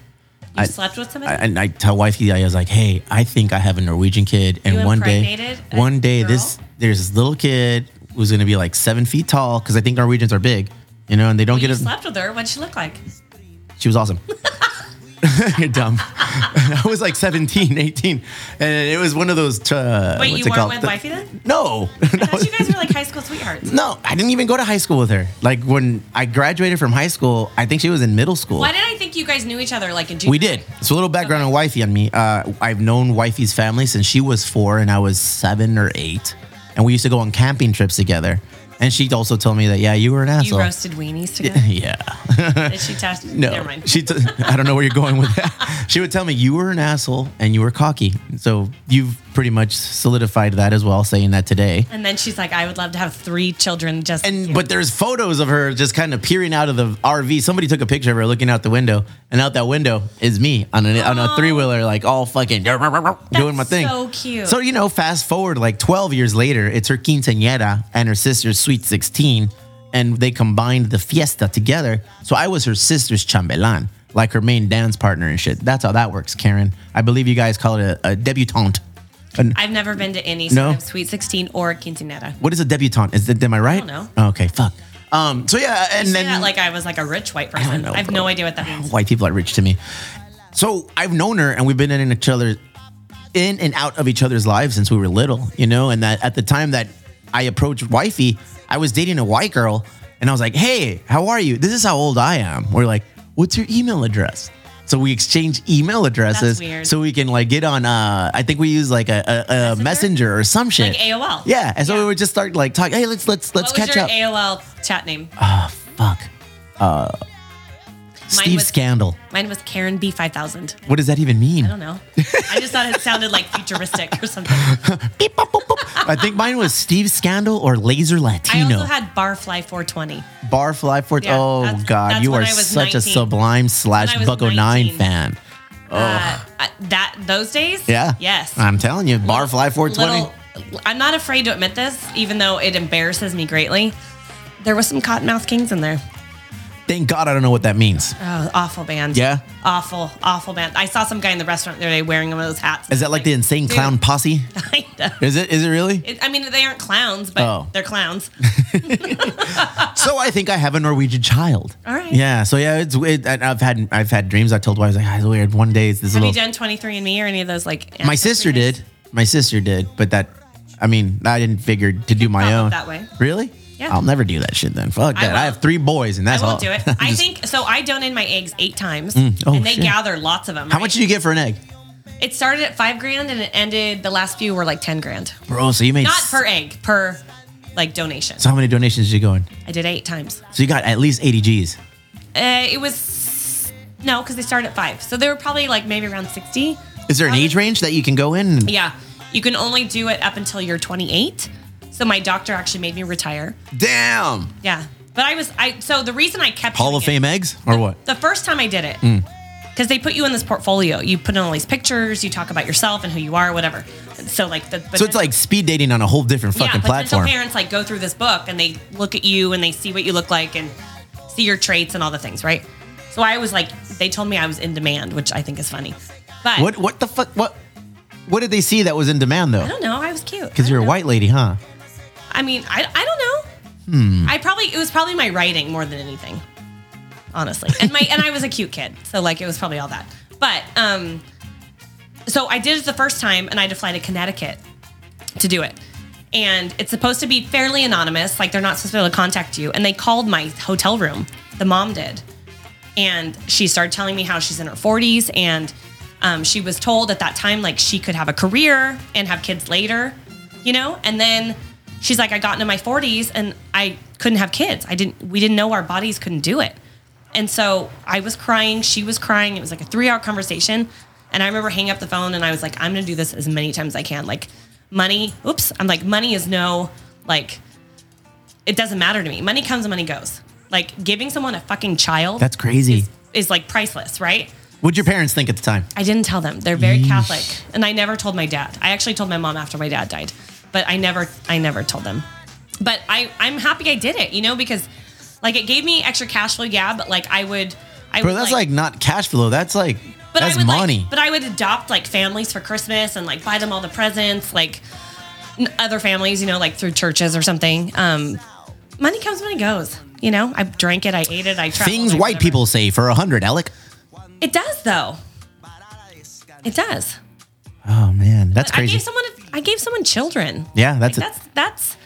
You slept with somebody. I- and I tell wifey, I was like, hey, I think I have a Norwegian kid. And You one day, impregnated a one day, girl? this there's this little kid who's going to be like seven feet tall because I think Norwegians are big, you know, and they don't get you as. slept with her. What'd she look like? She was awesome. You're dumb. I was like 17, 18. And it was one of those. Uh, Wait, what's you it weren't called? with The- wifey then? No. I thought you guys were like high school sweethearts. no, I didn't even go to high school with her. Like when I graduated from high school, I think she was in middle school. Why did I think you guys knew each other like in junior? we did. So a little background on wifey on me. Uh, I've known wifey's family since she was four and I was seven or eight. And we used to go on camping trips together. And she also told me that, yeah, you were an You asshole. roasted weenies together. yeah. Did she test? No, Never mind. she. T- I don't know where you're going with that. She would tell me you were an asshole and you were cocky. So you've pretty much solidified that as well, saying that today. and then she's like, I would love to have three children just. And but there's photos of her just kind of peering out of the RV. Somebody took a picture of her looking out the window, and out that window is me on a on a three wheeler, like all fucking doing my thing. Oh. so cute. So you know, fast forward like 12 years later, it's her quinceañera and her sister's sweet 16, and they combined the fiesta together. So I was her sister's chambelan, like her main dance partner and shit. That's how that works, Karen. I believe you guys call it a, a debutante. An- I've never been to any No? sort of Sweet 16 or quinceanera. what is a debutante? Is that, am I right? don't know. Okay, fuck. Um, so yeah, and And then that like I was like a rich white person. I, know, have bro. no idea what that means. white people are rich to me. So I've known her and we've been in each other in and out of each other's lives since we were little, you know, and that at the time that I approached wifey, I was dating a white girl and I was like, Hey, how are you? This is how old I am. We're like, What's your email address? So we exchange email addresses weird. so we can like get on uh I think we use like a, a, a messenger? or some shit. Like AOL. Yeah. And so Yeah. we would just start like talking, hey, let's let's let's What catch was your up. Ah, AOL chat name? Fuck. Uh Steve was- Scandal. Mine was Karen B5000. What does that even mean? I don't know. I just thought it sounded like futuristic or something. Beep, boop, boop, boop. I think mine was Steve Scandal or Laser I Latino. also had Barfly 420. Barfly for Yeah, oh that's- god, that's you when are I was such a 19. sublime slash When I was Bucko Nine 19. fan. Uh, uh, that those days? Yeah. Yes. I'm telling you, Barfly 420. Little, I'm not afraid to admit this, even though it embarrasses me greatly. There was some Cottonmouth Kings in there. Thank God I don't know what that means. Oh, awful band. Yeah? Awful, awful band. I saw some guy in the restaurant the other day wearing one of those hats. Is that like the insane dude. clown posse? Kinda. Is it? Is it really? It- I mean, they aren't clowns, but Oh. they're clowns. so I think I have a Norwegian child. All right. Yeah. So yeah, it's it, and I've had I've had dreams. I told wives like, "Ah, it's weird. One day it's this Have little. you done 23andMe or any of those like? My sister did. My sister did, but that, I mean, I didn't figure to do my follow own. it that way. Really? Yeah. I'll never do that shit then. Fuck that. I, will. have three boys and I that's all. won't do it. I think so. I donated my eggs eight times, Oh, and they shit. gather lots of them. How much did you get for an egg? It started at five grand, and it ended. The last few were like ten grand, Bro, so you made. not s- per egg, per like donation. So how many donations did you go in? I did eight times. So you got at least 80 G's. Uh, it was no, because they started at five, so they were probably like maybe around sixty. Is there an age range that you can go in? Um, Yeah. You can only do it up until you're 28. So my doctor actually made me retire. Damn. Yeah. But I was I so the reason I kept Hall of doing it- Fame eggs or what? the first time I did it, Mm. because they put you in this portfolio. You put in all these pictures. You talk about yourself and who you are, whatever. So like the So it's like speed dating on a whole different yeah, fucking potential platform. parents like go through this book and they look at you and they see what you look like and see your traits and all the things, right? So I was like, they told me I was in demand, which I think is funny. But What what the fuck what what did they see that was in demand I though? don't know. I was cute Because I you're a don't know. white lady, huh? I mean, I, I don't know. I probably it was probably my writing more than anything, honestly. And my and I was a cute kid, so like it was probably all that. But um, so I did it the first time, and I had to fly to Connecticut to do it. And it's supposed to be fairly anonymous, like they're not supposed to be able to contact you. And they called my hotel room. The mom did, and she started telling me how she's in her 40s and um, she was told at that time like she could have a career and have kids later you know and then she's like i got into my 40s and i couldn't have kids i didn't we didn't know our bodies couldn't do it and so i was crying she was crying it was like a three hour conversation and i remember hanging up the phone and i was like i'm gonna do this as many times as i can like money oops i'm like money is no like it doesn't matter to me money comes and money goes like giving someone a fucking child That's crazy. is like priceless, right? What'd your parents think at the time? I didn't tell them. They're very Catholic, and I never told my dad. I actually told my mom after my dad died, but I never, I never told them. But I, I'm happy I did it, you know, because like it gave me extra cash flow, yeah. But like I would, I Bro, would, that's like, not cash flow. That's like but that's I would money. Like, but I would adopt like families for Christmas and like buy them all the presents, like n- other families, you know, like through churches or something. Um, money comes, money goes. You know, I drank it, I ate it, I traveled. Things I white whatever. people say for a hundred, Alec. It does though. It does. Oh man, that's I crazy. gave someone. I gave someone children. Yeah, that's Like, a- that's that's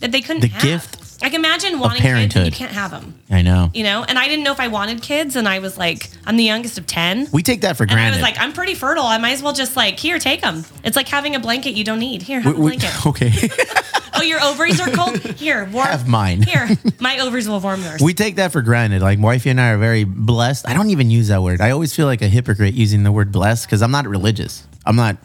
that they couldn't. The have. gift Like imagine wanting kids and you parenthood. can't have them. I know. You know, and I didn't know if I wanted kids, and I was like, I'm the youngest of ten. We take that for and I granted. was like, I'm pretty fertile. I might as well just like here, take them. It's like having a blanket you don't need. Here, have We- a we- blanket. okay. oh, your ovaries are cold. Here, warm. Have mine. Here, my ovaries will warm yours. we take that for granted. Like wifey and I are very blessed. I don't even use that word. I always feel like a hypocrite using the word blessed because I'm not religious. I'm not.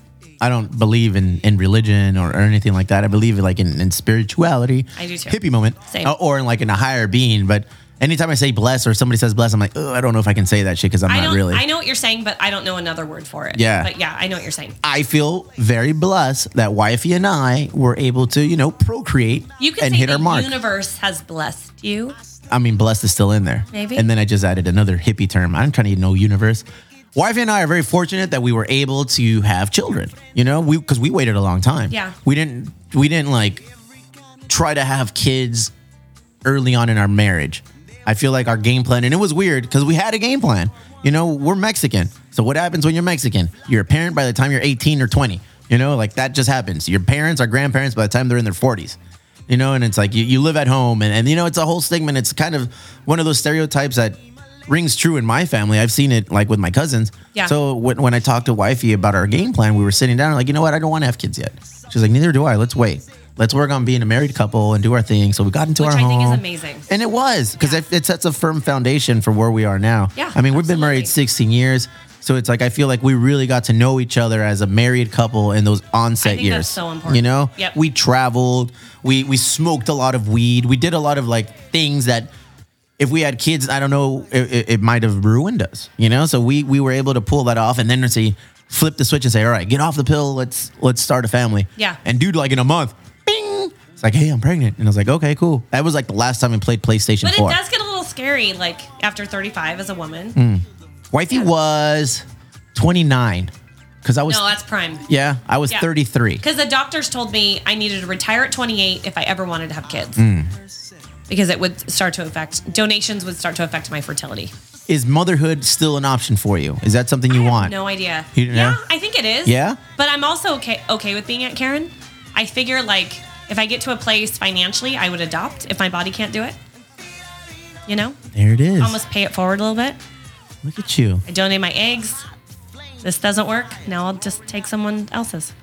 I don't believe in, in religion or, or anything like that. I believe like in, in spirituality. I do too. Hippie moment. Same. Uh, or in like in a higher being. But anytime I say blessed or somebody says blessed, I'm like, oh, I don't know if I can say that shit because I'm I not don't. really. I know what you're saying, but I don't know another word for it. Yeah. But yeah, I know what you're saying. I feel very blessed that wifey and I were able to, you know, procreate You can and say hit the our mark. universe has blessed you. I mean, blessed is still in there. Maybe. And then I just added another hippie term. I'm trying to know universe. Wife and I are very fortunate that we were able to have children. You know, we because we waited a long time. Yeah. We didn't. We didn't like try to have kids early on in our marriage. I feel like our game plan, and it was weird because we had a game plan. You know, we're Mexican. So what happens when you're Mexican? You're a parent by the time you're 18 or 20. You know, like that just happens. Your parents are grandparents by the time they're in their 40s. You know, and it's like you, you live at home, and, and you know, it's a whole stigma, and it's kind of one of those stereotypes that rings true in my family. I've seen it like with my cousins. Yeah. So when, when I talked to wifey about our game plan, we were sitting down, like, you know what? I don't want to have kids yet. She's like, neither do I. Let's wait. Let's work on being a married couple and do our thing. So we got into Which our I home. think is amazing. And it was because Yeah. it, it sets a firm foundation for where we are now. Yeah, I mean, we've been absolutely. married 16 years. So it's like I feel like we really got to know each other as a married couple in those onset I think that's years. so important. You know, Yep. we traveled, we we smoked a lot of weed, we did a lot of like things that if we had kids, I don't know, it, it, it might have ruined us, you know. So we we were able to pull that off, and then see flip the switch and say, all right, get off the pill, let's let's start a family. Yeah. And dude, like in a month, bing, it's like, hey, I'm pregnant, and I was like, okay, cool. That was like the last time we played PlayStation But it Four. does get a little scary, like after 35 as a woman. Mm. Wifey was 29 because I was No, that's prime. yeah, I was Yeah. 33. Because the doctors told me I needed to retire at 28 if I ever wanted to have kids. Mm. Because it would start to affect, donations would start to affect my fertility. Is motherhood still an option for you? Is that something you I have want? No idea. You don't yeah, know? I think it is. Yeah? But I'm also okay okay with being Aunt Karen. I figure like if I get to a place financially, I would adopt if my body can't do it. You know, There it is. almost pay it forward a little bit. Look at you. I donate my eggs. This doesn't work. Now I'll just take someone else's.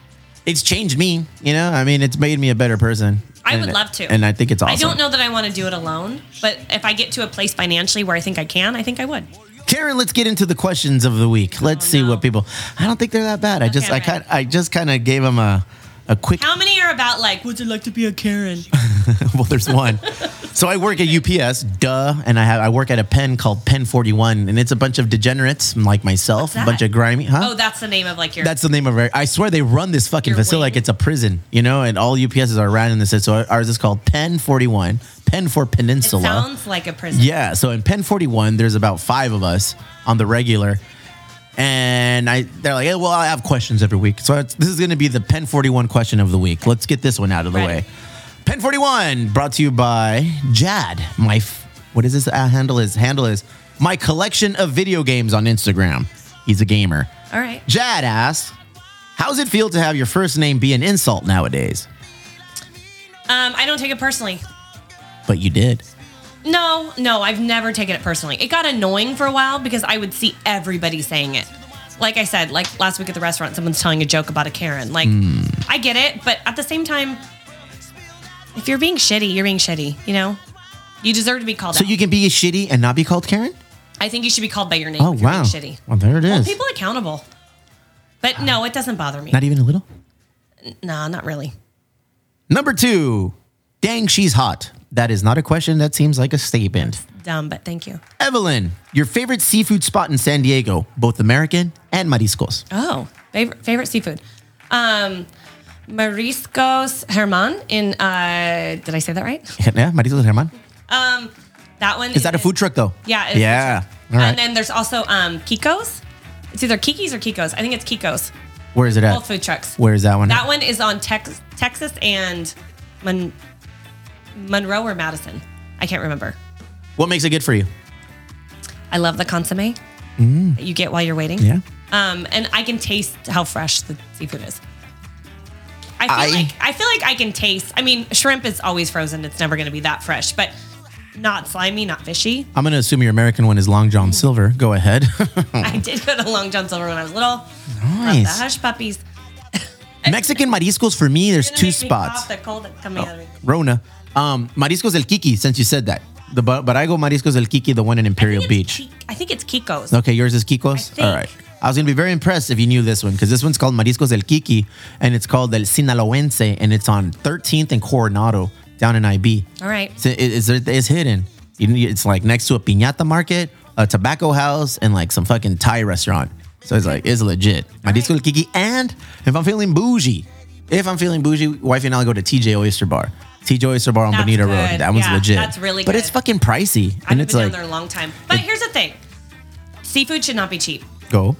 It's changed me. You know, I mean, it's made me a better person. I would And- love to. and I think it's awesome. I don't know that I want to do it alone, but if I get to a place financially where I think I can, I think I would. Karen, let's get into the questions of the week. Let's see Oh, no. what people. I don't think they're that bad. I just I Okay, kind I just kind of gave them a a quick. How many are about like, what's it like to be a Karen? well, there's one. so I work at UPS, duh, and I have I work at a pen called Pen 41, and it's a bunch of degenerates like myself, a that? bunch of grimy, huh? Oh, that's the name of like your. That's the name of it. I swear they run this fucking Your facility wing? like it's a prison, you know, and all UPSs are ran in this. So ours is called Pen 41, Pen for it Peninsula. sounds like a prison. Yeah. So in Pen 41, there's about five of us on the regular. And I, they're like, hey, well, I have questions every week. So it's, this is going to be the Pen 41 question of the week. Let's get this one out of the Ready. way. Pen 41 brought to you by Jad. My, f- what is this uh, handle is? Handle is my collection of video games on Instagram. He's a gamer. All right. Jad asked, how's it feel to have your first name be an insult nowadays? Um, I don't take it personally. But you did. No, no, I've never taken it personally. It got annoying for a while because I would see everybody saying it. Like I said, like last week at the restaurant, someone's telling a joke about a Karen. Like, Hmm. I get it, but at the same time, if you're being shitty, you're being shitty. You know, you deserve to be called So out. you can be shitty and not be called Karen? I think you should be called by your name. Oh, if you're wow. Being shitty. Well, there it is. Hold people accountable. But no, it doesn't bother me. Not even a little. nah, not really. Number two, dang, she's hot. That is not a question. That seems like a statement. Dumb, but thank you. Evelyn, your favorite seafood spot in San Diego, both American and mariscos. Oh, favorite, favorite seafood. Um, Mariscos Herman in, uh, did I say that right? Yeah, mariscos Herman. That one. Is that a food truck though? Yeah. it's a Yeah. food truck. All right. And then there's also um, Kiko's. It's either Kiki's or Kiko's. I think it's Kiko's. Where is it at? All food trucks. Where is that one? That one is on Tex- Texas and Mon- Monroe or Madison. I can't remember. What makes it good for you? I love the consomme Mm. that you get while you're waiting. Yeah. Um, and I can taste how fresh the seafood is. I I- feel like I feel like I can taste. I mean, shrimp is always frozen; it's never going to be that fresh, but not slimy, not fishy. I'm gonna assume your American one is Long John Silver. Go ahead. I did go to Long John Silver when I was little. Love the Mm. nice. hush puppies. Mexican mariscos for me. There's Gonna two make me spots. Oh. cough, the cold that's coming out of me. Rona, um, mariscos el Kiki. Since you said that, the but, but I go mariscos el Kiki, the one in I think Imperial it's Beach. Ki- I think it's Kiko's. Okay, yours is Kiko's? I think. All right. I was going to be very impressed if you knew this one because this one's called Mariscos del Kiki and it's called El Sinaloense and it's on 13th and Coronado down in IB. All right. So it- it's, it's hidden. You need- It's like next to a piñata market, a tobacco house, and like some fucking Thai restaurant. So it's like, it's legit. Mariscos del Kiki. And if I'm feeling bougie, if I'm feeling bougie, wifey and I'll go to TJ Oyster Bar. TJ Oyster Bar on That's Bonita Road. good. That one's Yeah, legit. that's really But good. it's fucking pricey. I've and been it's down like, there a long time. But here's the thing: seafood should not be cheap. go.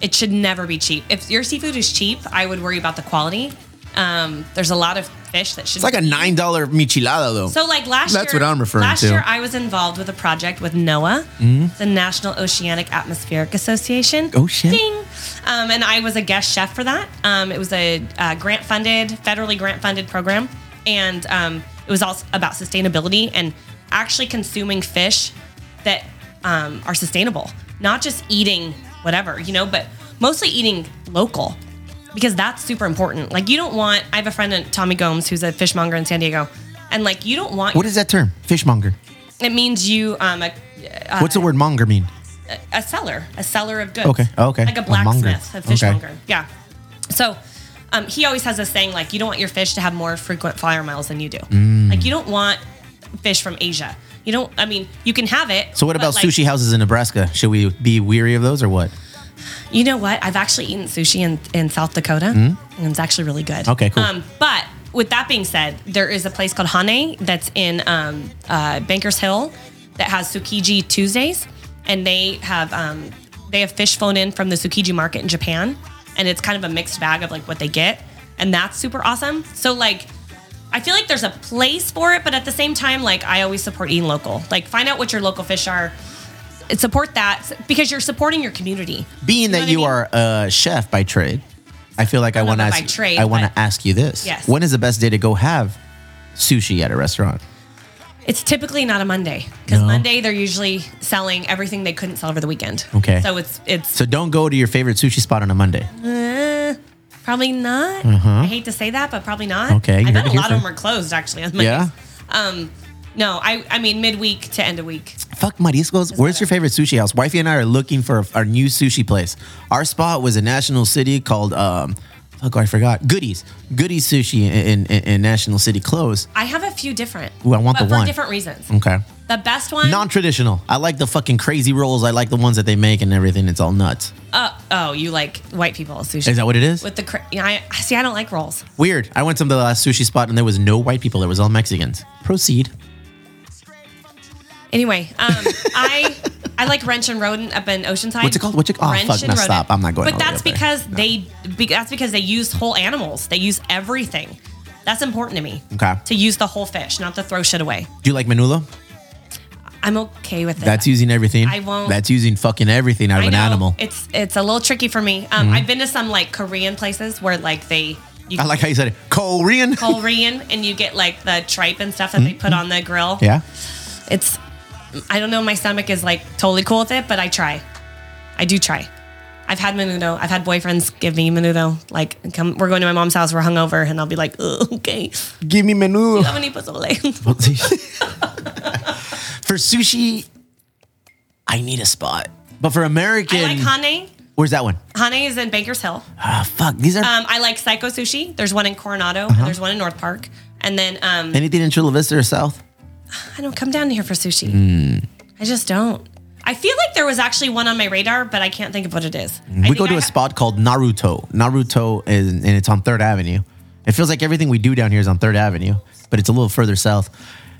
It should never be cheap. If your seafood is cheap, I would worry about the quality. Um, there's a lot of fish that It's should. like a nine dollar michilada though. So like last That's year, what I'm referring last to. Mm-hmm. year I was involved with a project with NOAA, the National Oceanic Atmospheric Association. Oh, shit. Ding. Um, and I was a guest chef for that. Um, it was a uh, grant funded, federally grant funded program, and um, it was all s- about sustainability and actually consuming fish that um, are sustainable, not just eating whatever you know, but mostly eating local because that's super important. Like you don't want. I have a friend, uh, Tommy Gomes, who's a fishmonger in San Diego, and like you don't want. what is that term? Fishmonger. It means you um a, What's the word monger mean? a seller, a seller of goods. Okay, okay. Like a A monger. blacksmith, a Okay. fishmonger. Yeah. So. Um, he always has this saying like you don't want your fish to have more frequent flyer miles than you do. Mm. Like you don't want fish from Asia. You don't. I mean, you can have it. So what but, about like, sushi houses in Nebraska? Should we be weary of those or what? You know what? I've actually eaten sushi in, in South Dakota, and it's actually really good. Hmm? Um, Okay, cool. but with that being said, there is a place called Hane that's in um, uh, Bankers Hill that has Tsukiji Tuesdays, and they have um, they have fish flown in from the Tsukiji market in Japan, and it's kind of a mixed bag of like what they get, and that's super awesome. So like. I feel like there's a place for it, but at the same time, like I always support eating local. Like find out what your local fish are, support that because you're supporting your community. Being that know what I you mean? are a chef by trade, I feel like I don't want to know about ask. by trade, I want to but- ask you this. Yes. When is the best day to go have sushi at a restaurant? It's typically not a Monday because No. Monday they're usually selling everything they couldn't sell over the weekend. Okay. So it's it's So don't go to your favorite sushi spot on a Monday. uh, probably not. I hate to say that, but probably not. Uh-huh. Okay, you I heard bet it a here lot of first. them are closed actually on Mondays. Yeah. No, I I mean midweek to end of week. Fuck Mariscos. Where's your favorite sushi house? Wifey and I are looking for our new sushi place. Our spot was a National City called um, fuck, I forgot. Goodies, Goodies Sushi in in, in National City close. I have a few different. Ooh, I want but the for one. Mm. different reasons. Okay. The best one. Non-traditional. I like the fucking crazy rolls. I like the ones that they make and everything. It's all nuts. uh, oh, you like white people sushi? Is that what it is? With the cra- yeah, I see. I don't like rolls. Weird. I went to the last sushi spot and there was no white people. There was all Mexicans. Proceed. Anyway, um, I I like Wrench and Rodent up in Oceanside. What's it called? What's it- oh, Wrench fuck, and no, Rodent. stop. I'm not going all But the way that's up there. because they be, that's because they use whole animals. They use everything. That's important to me. Okay. To use the whole fish, not to throw shit away. Do you like menudo? I'm okay with it. That's using everything. I won't- That's using fucking everything out of I an know. animal. Mm-hmm. It's it's a little tricky for me. Um, I've been to some like Korean places where like they you I like how you said it. Korean. Korean and you get like the tripe and stuff that they put on the grill. Mm-hmm. yeah. It's I don't know. My stomach is like totally cool with it, but I try. I do try. I've had menudo. I've had boyfriends give me menudo. Like, come, we're going to my mom's house. We're hungover, and I'll be like, "Ugh, okay, Give me menudo. how many pozole? for sushi, I need a spot. But for American, I like Hane. where's that one? Hane is in Bankers Hill. Ah, fuck. These are Um, I like Psycho Sushi. There's one in Coronado. Uh-huh. And there's one in North Park. And then um, anything in Chula Vista or South. I don't come down here for sushi. Hmm. I just don't. I feel like there was actually one on my radar, but I can't think of what it is. I we think go to I a ha- spot called Naruto. Naruto is, and it's on Third Avenue. It feels like everything we do down here is on Third Avenue, but it's a little further south.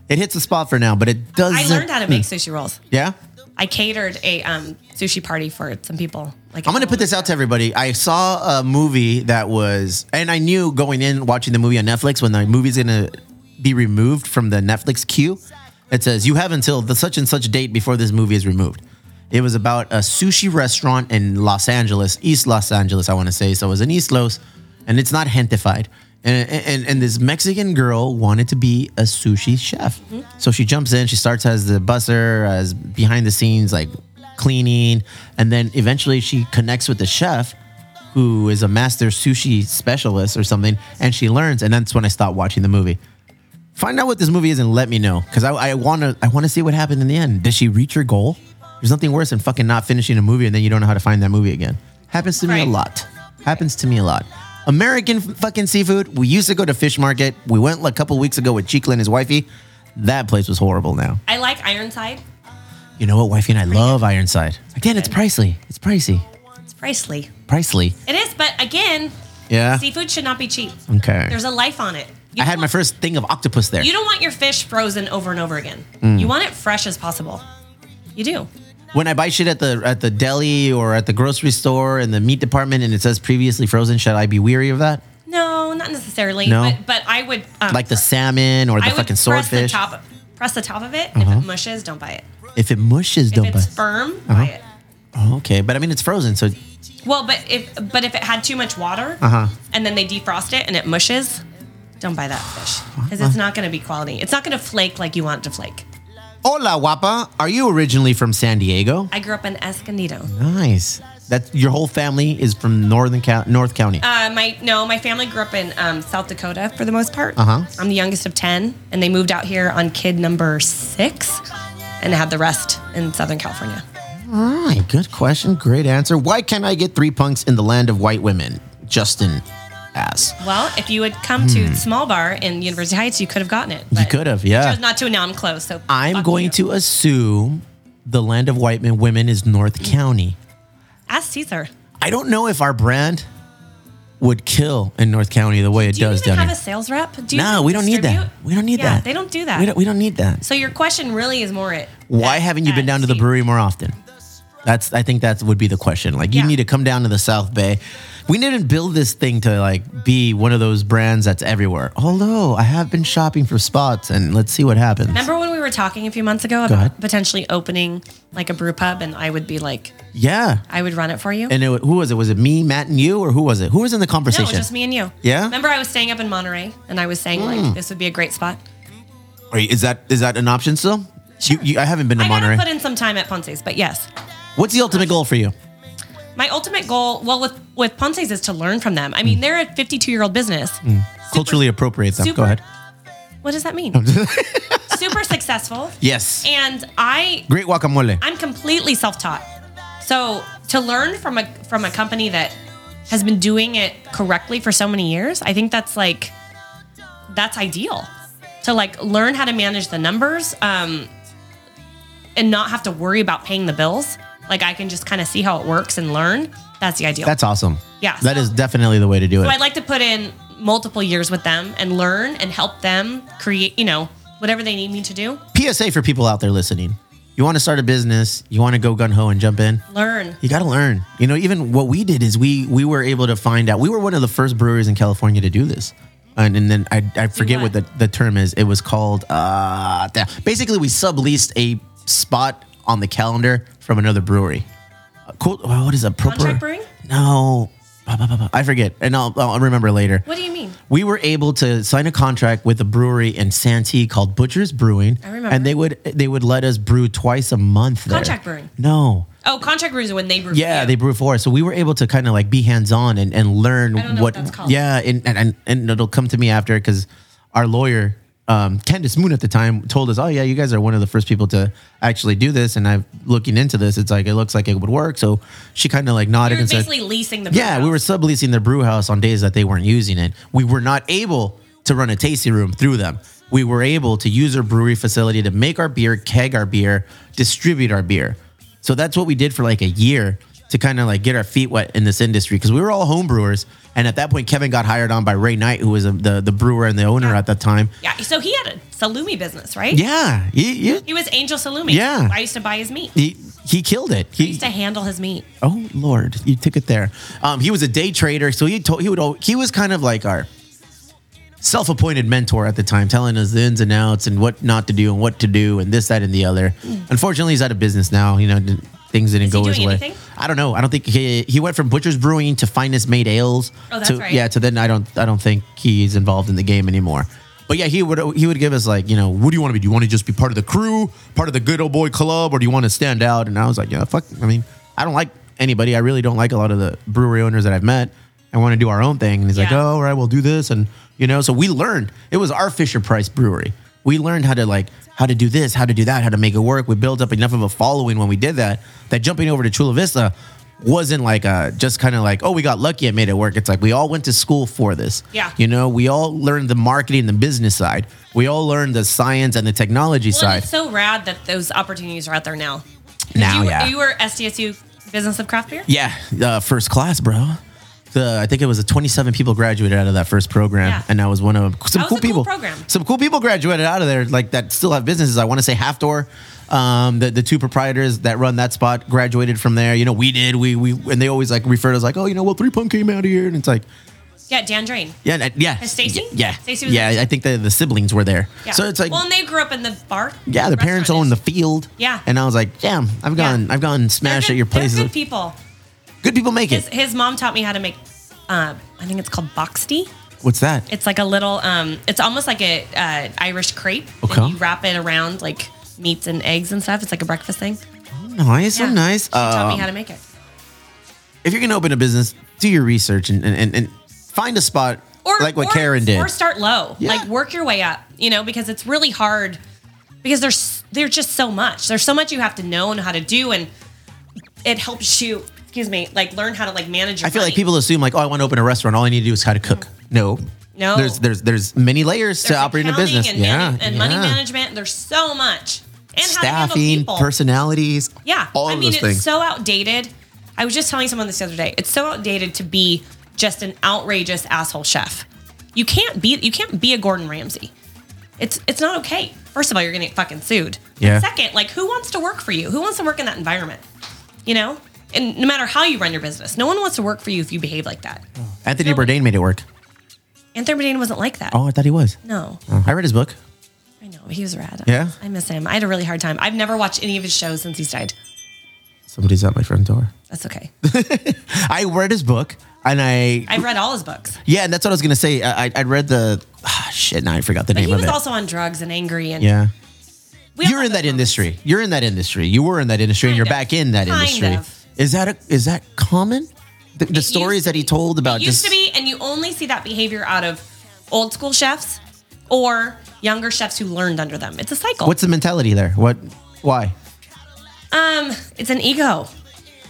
It hits the spot for now, but it does. I learned how Hmm. to make sushi rolls. Yeah. I catered a um, sushi party for some people. Like I'm gonna put this out to everybody. I saw a movie that was, and I knew going in watching the movie on Netflix when the movie's gonna be removed from the Netflix queue. It says you have until the such and such date before this movie is removed. It was about a sushi restaurant in Los Angeles, East Los Angeles, I want to say. So it was in East Los, and it's not gentified. And, and and this Mexican girl wanted to be a sushi chef, so she jumps in. She starts as the busser, as behind the scenes, like cleaning, and then eventually she connects with the chef, who is a master sushi specialist or something, and she learns. And that's when I stopped watching the movie. Find out what this movie is and let me know, because I want to I want to see what happened in the end. Did she reach her goal? There's nothing worse than fucking not finishing a movie and then you don't know how to find that movie again. Happens to me Right. a lot. Happens to me a lot. American f- fucking seafood. We used to go to fish market. We went a couple weeks ago with Cheekla and his wifey. That place was horrible. Now I like Ironside. you know what, wifey and I love Ironside. Again, it's pricey. It's pricey. It's pricely. Pricely. It is, but again, Yeah. seafood should not be cheap. Okay. There's a life on it. You I had don't- my first thing of octopus there. You don't want your fish frozen over and over again. Mm. You want it fresh as possible. You do. When I buy shit at the at the deli or at the grocery store in the meat department and it says previously frozen, should I be weary of that? No, not necessarily. No? But, but I would um, Like the salmon or the I would fucking press swordfish. The top, press the top of it. And If it mushes, don't buy it. if it mushes, If don't buy. it's firm, buy it. Oh, okay, but I mean it's frozen, so Well, but if but if it had too much water, Uh-huh. and then they defrost it and it mushes, don't buy that fish because it's not going to be quality. It's not going to flake like you want it to flake. Hola Wapa, are you originally from San Diego? I grew up in Escondido. Mm-hmm. Nice. That's your whole family is from Northern County, North County. Uh, my no, my family grew up in um, South Dakota for the most part. Uh-huh. I'm the youngest of ten, and they moved out here on kid number six, and had the rest in Southern California. All right, good question, great answer. Why can't I get three punks in the land of white women? Justin asks. Well, if you had come to Small Bar in University Heights, you could have gotten it. Hmm. You but could have, yeah. chose not to, and now I'm closed. So I'm fuck going you. to assume the land of white men women is Mm. North County. ask Caesar. I don't know if our brand would kill in North County the way it Do you does even down have here. a sales rep? Do you no, we don't need that. distribute? We don't need Yeah, that. They don't do that. We don't, we don't need that. so your question really is more it. Why at- haven't you been at down to the sea. brewery more often? That's I think that would be the question. Like you Yeah. need to come down to the South Bay. We didn't build this thing to like be one of those brands that's everywhere. Although I have been shopping for spots and let's see what happens. Remember when we were talking a few months ago ahead. about potentially opening like a brew pub, and I would be like, yeah. I would run it for you. And it, who was it? Was it me, Matt, and you, or who was it? Who was in the no, conversation? it was just me and you. Yeah? Mm. Remember, I was staying up in Monterey, and I was saying like, this would be a great spot. Are you- is that is that an option still? You, you, I haven't been to I Monterey. gotta put in some time at Ponce's, but yes, What's the ultimate goal for you? my ultimate goal, well, with with Ponce's is to learn from them. I Mm. mean, they're a 52 year old business. Culturally appropriate them. Go super- ahead. What does that mean? super successful. Yes. And I Great guacamole. I'm completely self-taught. So to learn from a from a company that has been doing it correctly for so many years, I think that's like that's ideal. To like learn how to manage the numbers um, and not have to worry about paying the bills. Like I can just kind of see how it works and learn. That's the ideal. That's awesome. Yeah, That so- is definitely the way to do it. so I'd like to put in multiple years with them and learn and help them create, you know, whatever they need me to do. PSA for people out there listening. You want to start a business, you want to go gun ho and jump in. Learn. You got to learn. You know, even what we did is we we were able to find out. We were one of the first breweries in California to do this. And, and then I, I forget what, what? the, the term is. It was called uh da- basically we subleased a spot on the calendar from another brewery. Uh, Cool. well, What is a proper Contract brewing? No. Bah, bah, bah, bah. I forget. And I'll, I'll remember later. What do you mean? we were able to sign a contract with a brewery in Santee called Butcher's Brewing. I remember. And they would they would let us brew twice a month. There. Contract brewing. No. Oh, contract brews are when they brew. for Yeah, you. they brew for us. So we were able to kind of like be hands on and, and learn don't know what that's called. Yeah, and, and- and and it'll come to me after because our lawyer, um, Candace Moon at the time, told us, "Oh yeah, you guys are one of the first people to actually do this." And I'm looking into this. It's like it looks like it would work. So she kind of like nodded You're and said, basically leasing the. yeah, brew we were house. subleasing their brew house on days that they weren't using it. We were not able to run a tasting room through them. We were able to use their brewery facility to make our beer, keg our beer, distribute our beer. So that's what we did for like a year to kind of like get our feet wet in this industry because we were all home brewers. And at that point, Kevin got hired on by Ray Knight, who was a, the the brewer and the owner Yeah. at that time. Yeah, so he had a salumi business, right? Yeah, he, he, He was Angel Salumi. Yeah. I used to buy his meat. he, he killed it. I He, used to handle his meat. Oh Lord, you took it there. Um, he was a day trader, so he told he would al- he was kind of like our self-appointed mentor at the time, telling us the ins and outs and what not to do and what to do and this, that, and the other. Unfortunately, he's out of business now. You know, didn't- things didn't Hmm. Is he go his doing way. anything? I don't know. I don't think he he went from Butcher's Brewing to Finest Made Ales. Oh, that's to, right. Yeah, to then I don't I don't think he's involved in the game anymore. But yeah, he would he would give us like you know what do you want to be? Do you want to just be part of the crew, part of the good old boy club, or do you want to stand out? And I was like, yeah, fuck. I mean, I don't like anybody. I really don't like a lot of the brewery owners that I've met. I want to do our own thing. And he's like, Yeah. oh, all right, we'll do this, and you know. So we learned. It was our Fisher Price Brewery. We learned how to like how to do this, how to do that, how to make it work. We built up enough of a following when we did that that jumping over to Chula Vista wasn't like uh just kind of like oh we got lucky and made it work. It's like we all went to school for this. Yeah. you know we all learned the marketing, the business side. We all learned the science and the technology Well, and side. it's so rad that those opportunities are out there now. 'Cause Now, you, were- yeah. You were SDSU Business of Craft Beer? Yeah, uh, first class, bro. The, I think it was a 27 people graduated out of that first program, Yeah. and I was one of them. Some That was cool a cool people. program. Some cool people graduated out of there, like that still have businesses. I want to say Half Door, um, the the two proprietors that run that spot graduated from there. You know, we did. We we and they always like refer to us like, oh, you know, well, Three Punk came out of here, and it's like, Yeah, Dan Drain. yeah, that- yeah, Is Stacy? yeah, Stacy was yeah. there? I think the the siblings were there, so it's like. Well, and they grew up in the bar. yeah, their parents own the field. Yeah. and I was like, "Damn, I've Yeah. gone, I've gone smash at your places. Good people. Good people make His, it. his mom taught me how to make, uh, I think it's called box tea. What's that? It's like a little. Um, it's almost like a uh, Irish crepe. Okay. And you wrap it around like meats and eggs and stuff. It's like a breakfast thing. nice, so Yeah. nice. She taught Um, me how to make it. if you're gonna open a business, do your research and and, and, and find a spot like what Karen did. Or start low. Yeah. Like work your way up. You know, because it's really hard. Because there's there's just so much. There's so much you have to know and how to do, and it helps you. Excuse me. Like learn how to like manage. Your I feel like money. Mm-hmm. people assume like, oh, I want to open a restaurant. All I need to do is how to cook. No, No. There's there's there's many layers to There's operating a accounting business. and, yeah, manage- and yeah. money management. There's so much. And how to handle staffing, people. personalities. Yeah. all I of mean, those it's things. so outdated. I was just telling someone this the other day. It's so outdated to be just an outrageous asshole chef. You can't be you can't be a Gordon Ramsay. It's it's not okay. First of all, you're gonna get fucking sued. Yeah. Second, like who wants to work for you? Who wants to work in that environment? You know? And no matter how you run your business, no one wants to work for you if you behave like that. Anthony Bourdain made it work. Anthony Bourdain wasn't like that. Oh, I thought he was. Oh, No. I read his book. I know. He was rad. Yeah? I miss him. I had a really hard time. I've never watched any of his shows since he's died. Somebody's at my front door. That's okay. I read his book, and I I've read all his books. yeah, and that's what I was gonna say. I I, I read the ah, shit. Now I forgot the But name he of was it. also on drugs and angry and yeah. We all you're have in that those moments. industry. You're in that industry. You were in that industry, and Kind you're of. back in that Kind industry. of. Is that a, is that common? The, the It used stories to that he be. told about it used just to be, and you only see that behavior out of old school chefs or younger chefs who learned under them. It's a cycle. What's the mentality there? What? Why? Um, it's an ego.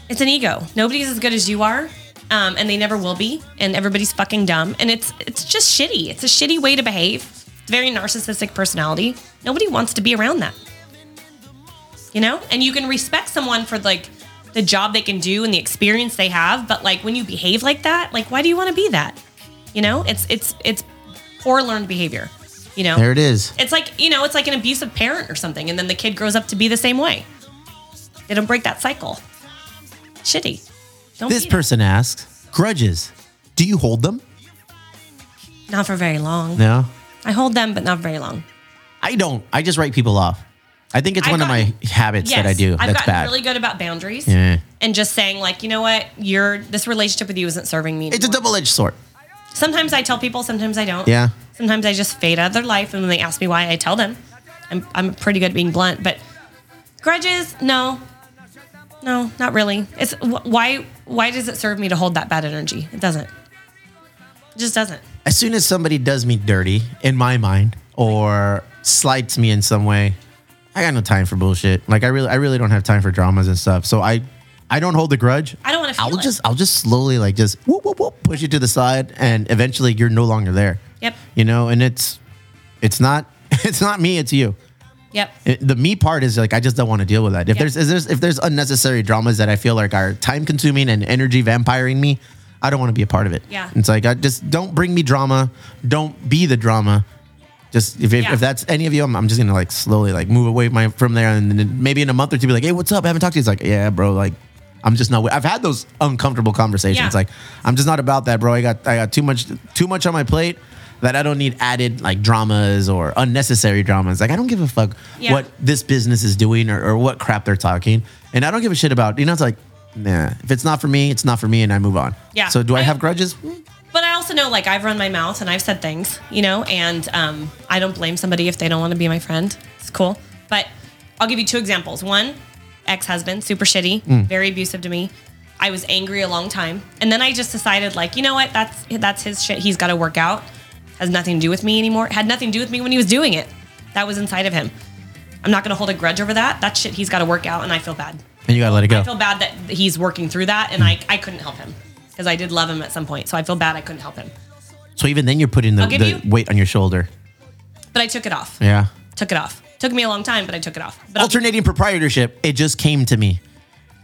It's an ego. Nobody's as good as you are, um, and they never will be. And everybody's fucking dumb. And it's it's just shitty. It's a shitty way to behave. It's very narcissistic personality. Nobody wants to be around that. You know. And you can respect someone for like the job they can do and the experience they have, but like when you behave like that, like why do you want to be that? You know. It's it's it's poor learned behavior. You know. There it is. It's like, you know, it's like an abusive parent or something, and then the kid grows up to be the same way. They don't break that cycle. Shitty. Don't This be that. person asks, grudges. Do you hold them? Not for very long. No. I hold them, but not very long. I don't. I just write people off. I think it's I've one gotten- of my habits yes, that I do. I've That's gotten bad. really good about boundaries Yeah. and just saying, like, you know what, you're this relationship with you isn't serving me. it's a anymore. double-edged sword. sometimes I tell people, sometimes I don't. Yeah. Sometimes I just fade out of their life, and when they ask me why, I tell them. I'm I'm pretty good at being blunt, but grudges, no, no, not really. It's wh- why why does it serve me to hold that bad energy? It doesn't. It just doesn't. As soon as somebody does me dirty in my mind or slights me in some way, I got no time for bullshit. Like I really, I really don't have time for dramas and stuff. So I, I don't hold the grudge. I don't wanna feel I'll it. just, I'll just slowly like just whoop whoop whoop push you to the side, and eventually you're no longer there. Yep. You know, and it's, it's not, it's not me, it's you. Yep. It- the me part is like I just don't want to deal with that. If Yeah. there's, is there's if there's unnecessary dramas that I feel like are time consuming and energy vampiring me, I don't want to be a part of it. Yeah. it's like I just don't bring me drama. Don't be the drama. Just if, if, Yeah. if that's any of you, I'm, I'm just gonna like slowly like move away my, from there, and then maybe in a month or two, be like, hey, what's up? I haven't talked to you. It's like, yeah, bro, like. I'm just not. wi- I've had those uncomfortable conversations. Yeah. Like, I'm just not about that, bro. I got I got too much too much on my plate that I don't need added like dramas or unnecessary dramas. Like, I don't give a fuck Yeah. what this business is doing or, or what crap they're talking. And I don't give a shit about, you know, it's like, nah, if it's not for me, it's not for me and I move on. Yeah. So do I, I- have grudges? Mm, But I also know, like, I've run my mouth and I've said things, you know, and um, I don't blame somebody if they don't want to be my friend. It's cool. But I'll give you two examples. One, ex husband, super shitty, very abusive to me. I was angry a long time. And then I just decided, like, you know what? That's that's his shit. He's got to work out. Has nothing to do with me anymore. It had nothing to do with me when he was doing it. That was inside of him. I'm not going to hold a grudge over that. That shit, he's got to work out, and I feel bad. And you gotta let it I feel go. bad that he's working through that, and I, I couldn't help him because I did love him at some point. So I feel bad I couldn't help him, So even then you're putting the, I'll give the you- weight on your shoulder. but I took it off. Yeah. Took it off. Took me a long time, but I took it off. But I'll- Alternating proprietorship. It just came to me.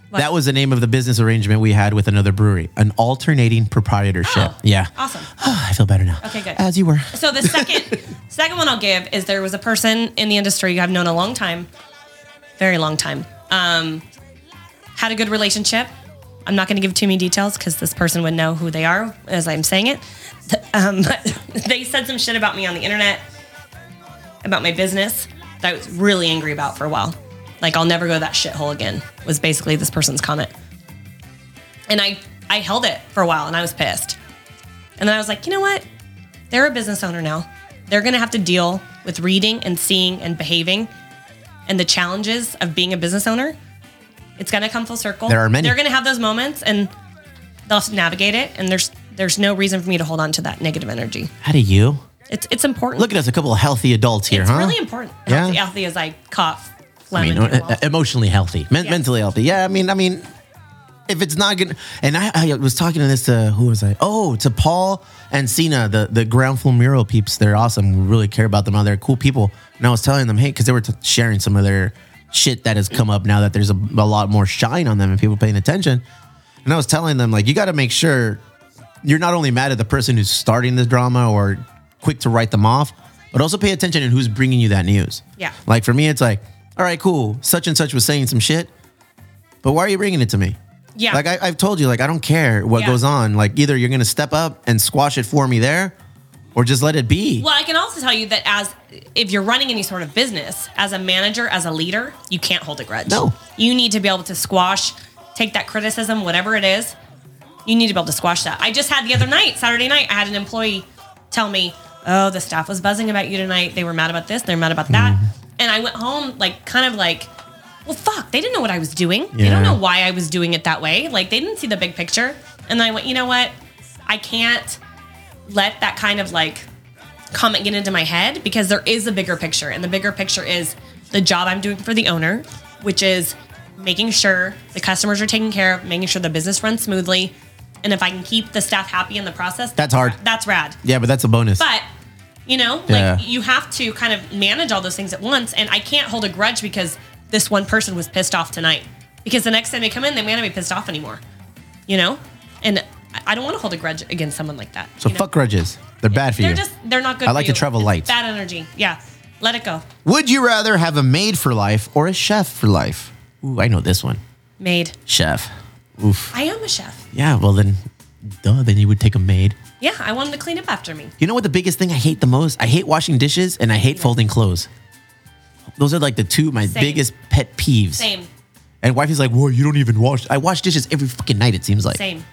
What? That was the name of the business arrangement we had with another brewery. An alternating proprietorship. Oh, yeah. awesome. I feel better now. Okay, good. As you were. So the second second one I'll give is there was a person in the industry I've known a long time, very long time. Um, had a good relationship. I'm not going to give too many details because this person would know who they are as I'm saying it. Um, they said some shit about me on the internet, about my business that I was really angry about for a while. Like I'll never go to that shithole again was basically this person's comment. And I I held it for a while and I was pissed. And then I was like, you know what? they're a business owner now. They're going to have to deal with reading and seeing and behaving and the challenges of being a business owner. It's going to come full circle. There are many. They're going to have those moments and they'll navigate it. And there's there's no reason for me to hold on to that negative energy. How do you? It's it's important. Look at us, a couple of healthy adults here, it's huh? really important. Yeah. Healthy, healthy as I cough I lemon. mean, to the uh, wall. emotionally healthy, men- Yes. mentally healthy. Yeah, I mean, I mean, if it's not gonna, and I, I was talking to this to who was I? Oh, to Paul and Cena, the the ground floor mural peeps. They're awesome. We really care about them. Out there, cool people. And I was telling them, hey, because they were t- sharing some of their shit that has come up now that there's a, a lot more shine on them and people paying attention. And I was telling them, like, you got to make sure you're not only mad at the person who's starting the drama or quick to write them off, but also pay attention to who's bringing you that news. Yeah. Like for me, it's like, all right, cool. Such and such was saying some shit, but why are you bringing it to me? Yeah. Like I, I've told you, like I don't care what Yeah. goes on. Like either you're gonna step up and squash it for me there, or just let it be. Well, I can also tell you that as if you're running any sort of business, as a manager, as a leader, you can't hold a grudge. No. You need to be able to squash, take that criticism, whatever it is. You need to be able to squash that. I just had the other night, Saturday night, I had an employee tell me, "Oh, the staff was buzzing about you tonight. They were mad about this. They're mad about that." Mm-hmm. And I went home like kind of like, "Well, fuck. They didn't know what I was doing. They Yeah. don't know why I was doing it that way. Like they didn't see the big picture." And then I went, "You know what? I can't let that kind of like comment get into my head because there is a bigger picture, and the bigger picture is the job I'm doing for the owner, which is making sure the customers are taken care of, making sure the business runs smoothly, and if I can keep the staff happy in the process, That's hard. That's rad. Yeah, but that's a bonus. But you know, Yeah. like you have to kind of manage all those things at once. And I can't hold a grudge because this one person was pissed off tonight. Because the next time they come in, they may not be pissed off anymore. You know, and I- I don't want to hold a grudge against someone like that. so you know? fuck grudges. They're bad for They're you. just they're not good. I for like to you. travel It's light. Bad energy. Yeah, let it go. Would you rather have a maid for life or a chef for life? Ooh, I know this one. Maid. Chef. Oof. I am a chef. Yeah, well then, duh, then you would take a maid. Yeah, I want them to clean up after me. You know what the biggest thing I hate the most? I hate washing dishes and I hate folding clothes. Those are like the two of my Same. biggest pet peeves. Same, And wife is like, "Whoa, you don't even wash." I wash dishes every fucking night. It seems like, same.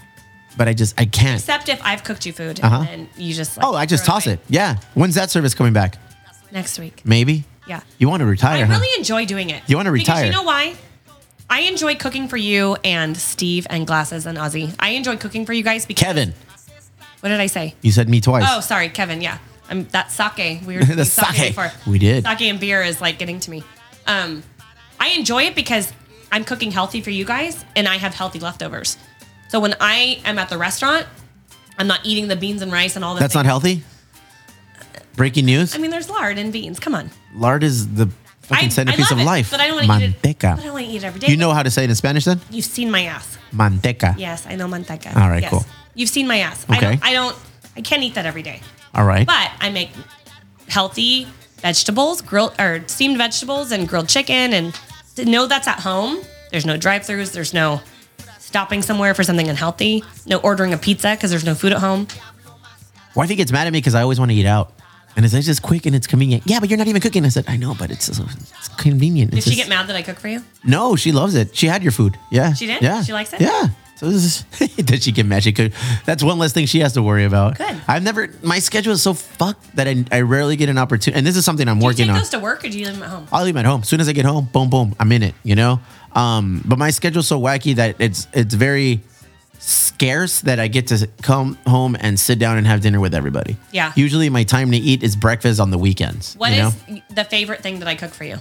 but I just I can't. Except if I've cooked you food and then you just like, Uh-huh. oh, I just throw toss away. it. Yeah. When's that service coming back? next week. Maybe. Yeah. You want to retire? I huh? really enjoy doing it. You wanna Because retire. you know why? I enjoy cooking for you and Steve and Glasses and Ozzy. I enjoy cooking for you guys because Kevin, what did I say? you said me twice. Oh, sorry, Kevin. Yeah, I'm that sake. We were The the sake, sake. before. We did. sake and beer is like getting to me. Um, I enjoy it because I'm cooking healthy for you guys, and I have healthy leftovers. So when I am at the restaurant, I'm not eating the beans and rice and all that. That's not healthy. Breaking news: I mean, there's lard and beans. Come on. lard is the fucking centerpiece love of it, life. but I don't want to eat it. But I Manteca. don't want to eat it every day. You know how to say it in Spanish, then? you've seen my ass. Manteca. Yes, I know manteca. All right, yes. cool. You've seen my ass. I Okay. don't, I don't. I can't eat that every day, All right. but I make healthy vegetables, grilled or steamed vegetables, and grilled chicken. And to know that's at home. There's no drive-throughs. There's no stopping somewhere for something unhealthy. No ordering a pizza because there's no food at home. Wifey gets mad at me because I always want to eat out. And it's, it's just quick and it's convenient. Yeah, but you're not even cooking. I said, I know, but it's, it's convenient. Did she get mad that I cook for you? No, she loves it. She had your food. Yeah. She did? Yeah. She likes it? Yeah. So this is, did she get mad? She could. That's one less thing she has to worry about. Good. I've never, my schedule is so fucked that I, I rarely get an opportunity. And this is something I'm Do you working take on. Uh, those to work or do you leave them at home? I'll leave 'em at home. As soon as I get home, boom, boom, I'm in it, you know? Um, but my schedule's so wacky that it's it's very scarce that I get to come home and sit down and have dinner with everybody. Yeah. Usually my time to eat is breakfast on the weekends. What you is know? the favorite thing that I cook for you?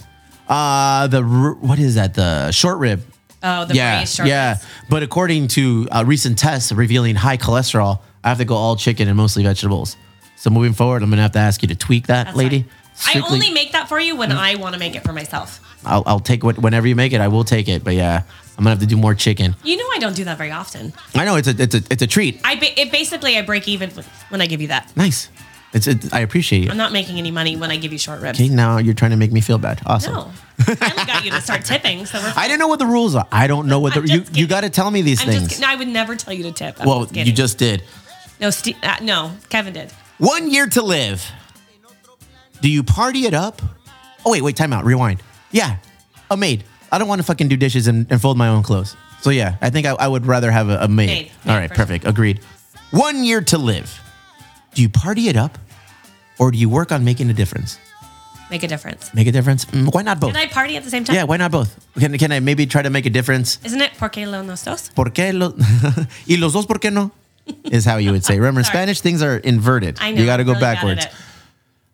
uh the r- what is that? The short rib. Oh, the yeah. braised short yeah. But according to uh, recent tests revealing high cholesterol, I have to go all chicken and mostly vegetables. So moving forward, I'm gonna have to ask you to tweak that, That's lady. fine. I only make that for you Mm. when I want to make it for myself. I'll, I'll take what whenever you make it. I will take it, but yeah, I'm gonna have to do more chicken. You know I don't do that very often. I know it's a it's a it's a treat. I ba- it basically I break even with- when I give you that. Nice. It's it, I appreciate you. I'm not making any money when I give you short ribs. Okay, now you're trying to make me feel bad. Awesome. No, Oh, I finally got you to start tipping. So we're I didn't know what the rules are. I don't know what the I'm you just you kidding. got to tell me these I'm things. just kidding. I would never tell you to tip. I'm well, just you kidding. just did. no, Ste uh, no, Kevin did. One year to live. Do you party it up? Oh wait, wait, time out. Rewind. Yeah, a maid. I don't want to fucking do dishes and, and fold my own clothes. So yeah, I think I, I would rather have a, a maid. Maid. All Maid right, for perfect. Agreed. One year to live. Do you party it up, or do you work on making a difference? Make a difference. Make a difference? Mm, why not both? Did I party at the same time? Yeah, why not both? Can, can I maybe try to make a difference? Isn't it porque lo nos dos? ¿Por qué lo, y los dos por qué no? Is how you would say. Remember, in Sorry. Spanish things are inverted. I know. you got to I'm go really bad at backwards. it.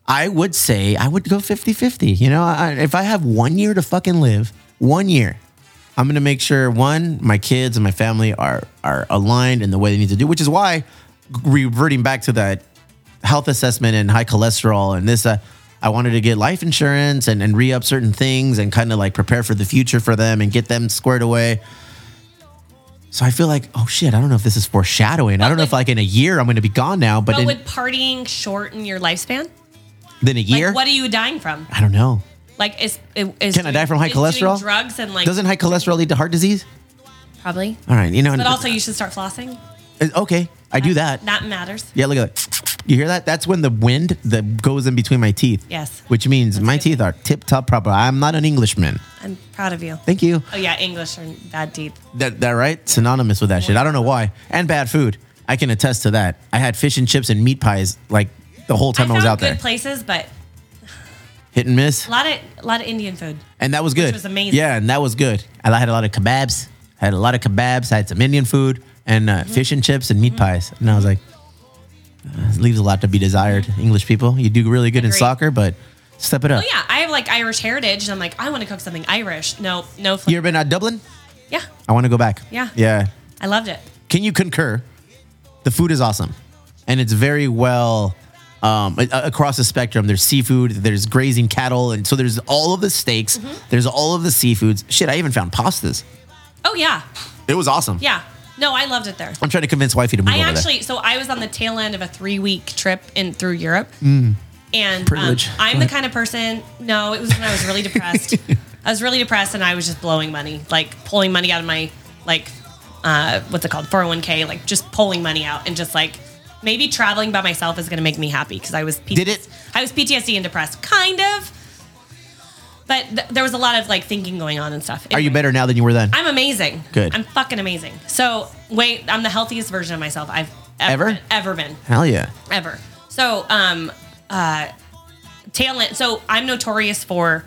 I would say I would go 50 50. You know, I, if I have one year to fucking live, one year, I'm going to make sure one, my kids and my family are, are aligned in the way they need to do, which is why reverting back to that health assessment and high cholesterol and this, uh, I wanted to get life insurance and, and re up certain things and kind of like prepare for the future for them and get them squared away. So I feel like, oh shit, I don't know if this is foreshadowing. I don't know if would- like in a year I'm going to be gone now, but, But in, would partying shorten your lifespan? then a Like, year, what are you dying from? I don't know. Like, is, is Can I die from high is doing cholesterol? Drugs and like Doesn't high cholesterol lead to heart disease? probably. All right, you know. uh, But also, you should start flossing. okay, I do that. That matters. Yeah, look at that. You hear that? That's when the wind that goes in between my teeth. Yes. Which means my good. teeth are tip top proper. I'm not an Englishman. I'm proud of you. Thank you. Oh yeah, English and bad teeth. That that right? Synonymous with that shit. I don't know why. And bad food. I can attest to that. I had fish and chips and meat pies like the whole time I, was found out good there. places, but Hit and miss. a lot of a lot of Indian food. And that was good. was amazing. Yeah, and that was good. I had a lot of kebabs. I Mm-hmm. had a lot of kebabs. I had some Indian food and uh, fish and chips and meat pies. And I was like, leaves a lot to be desired. English people, you do really good in Mm-hmm. soccer, Agreed. but step it up. Oh yeah, I have like Irish heritage, and I'm like, I want to cook something Irish. No, no. Fl- You ever been to Dublin? yeah, I want to go back. Yeah. Yeah. I loved it. Can you concur? The food is awesome, and it's very well um, a- a- across the spectrum. There's seafood, there's grazing cattle, and so there's all of the steaks, Mm-hmm. there's all of the seafoods. Shit, I even found pastas. Oh yeah, It was awesome. yeah. No, I loved it there. I'm trying to convince wifey to move I over actually, so I was on the tail end of a three week trip in through Europe, and um, Mm. Privilege. I'm the kind of person. No, it was when I was really depressed. I was really depressed, and I was just blowing money, like pulling money out of my like uh, what's it called 401k, like just pulling money out, and just like maybe traveling by myself is going to make me happy because I was PTSD, Did it? I was PTSD and depressed, kind of. But th- there was a lot of like thinking going on and stuff. there. Are you Anyway. better now than you were then? I'm amazing. Good. I'm fucking amazing. So wait, I'm the healthiest version of myself I've ever Ever? been, ever been Hell yeah. ever. So um, uh, tail end. So I'm notorious for